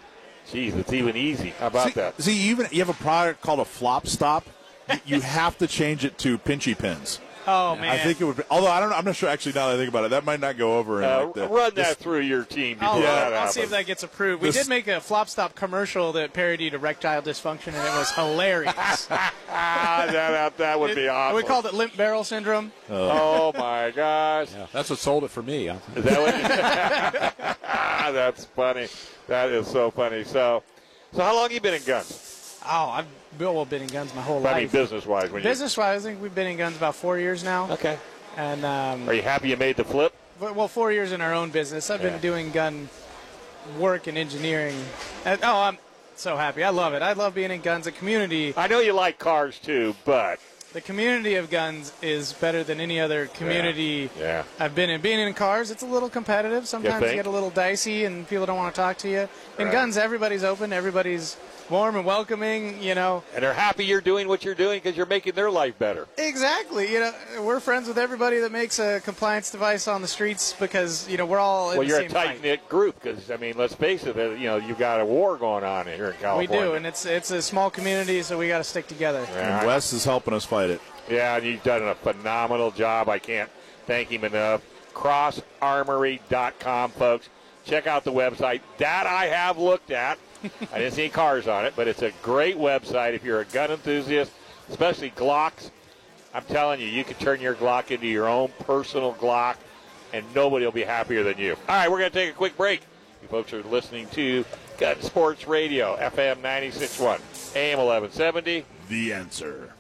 Speaker 1: Jeez, it's even easy. How about
Speaker 2: see,
Speaker 1: that?
Speaker 2: see, even you have a product called a flop stop. You- you have to change it to pinchy pins.
Speaker 8: Oh man,
Speaker 2: I think it would. Be, although I don't. know- I'm not sure. Actually, now that I think about it, that might not go over. In,
Speaker 1: Uh,
Speaker 2: like the,
Speaker 1: run that through your team before
Speaker 8: Oh,
Speaker 1: that
Speaker 8: I'll, I'll
Speaker 1: happens.
Speaker 8: see if that gets approved. We
Speaker 2: This-
Speaker 8: did make a flop stop commercial that parodied erectile dysfunction, and it was hilarious.
Speaker 1: ah, that, that, that would be awesome.
Speaker 8: We called it limp barrel syndrome.
Speaker 1: Oh my gosh!
Speaker 7: Yeah, that's what sold it for me. I-
Speaker 1: Is that what? That's funny. That is so funny. So, so how long you been in guns?
Speaker 8: Oh, I've been, well, been in guns my
Speaker 1: I
Speaker 8: whole
Speaker 1: mean,
Speaker 8: life.
Speaker 1: business wise, when
Speaker 8: Business wise, I think we've been in guns about four years now.
Speaker 1: you okay?
Speaker 8: And,
Speaker 1: Are
Speaker 8: um,
Speaker 1: you happy you made the flip?
Speaker 8: but- well, four years in our own business. I've
Speaker 1: Yeah.
Speaker 8: been doing gun work and engineering. And, oh, I'm so happy. I love it. I love being in guns. The community,
Speaker 1: I know you like cars too, but
Speaker 8: the community of guns is better than any other community
Speaker 1: yeah.
Speaker 8: I've been in. Being in cars, it's a little competitive. Sometimes you,
Speaker 1: think?
Speaker 8: get a little dicey and people don't want to talk to you. In
Speaker 1: Right.
Speaker 8: guns, everybody's open. Everybody's warm and welcoming, you know.
Speaker 1: and they're happy you're doing what you're doing because you're making their life better.
Speaker 8: Exactly. You know, we're friends with everybody that makes a compliance device on the streets because you know we're all in
Speaker 1: well,
Speaker 8: the
Speaker 1: you're a
Speaker 8: same
Speaker 1: tight
Speaker 8: fight.
Speaker 1: knit group because I mean, let's face it, uh, you know, you've got a war going on here in
Speaker 8: We
Speaker 1: California.
Speaker 8: do, and it's it's a small community, so we got to stick together.
Speaker 1: Yeah, I-
Speaker 2: And Wes is helping us fight it.
Speaker 1: Yeah, and you've done a phenomenal job. I can't thank him enough. CrossArmory.com, folks. Check out the website. That I have looked at. I didn't see any cars on it, but it's a great website if you're a gun enthusiast, especially Glocks. I'm telling you, you can turn your Glock into your own personal Glock, and nobody will be happier than you. All right, we're going to take a quick break. You folks are listening to Gun Sports Radio, FM 96.1, AM 1170.
Speaker 2: The answer.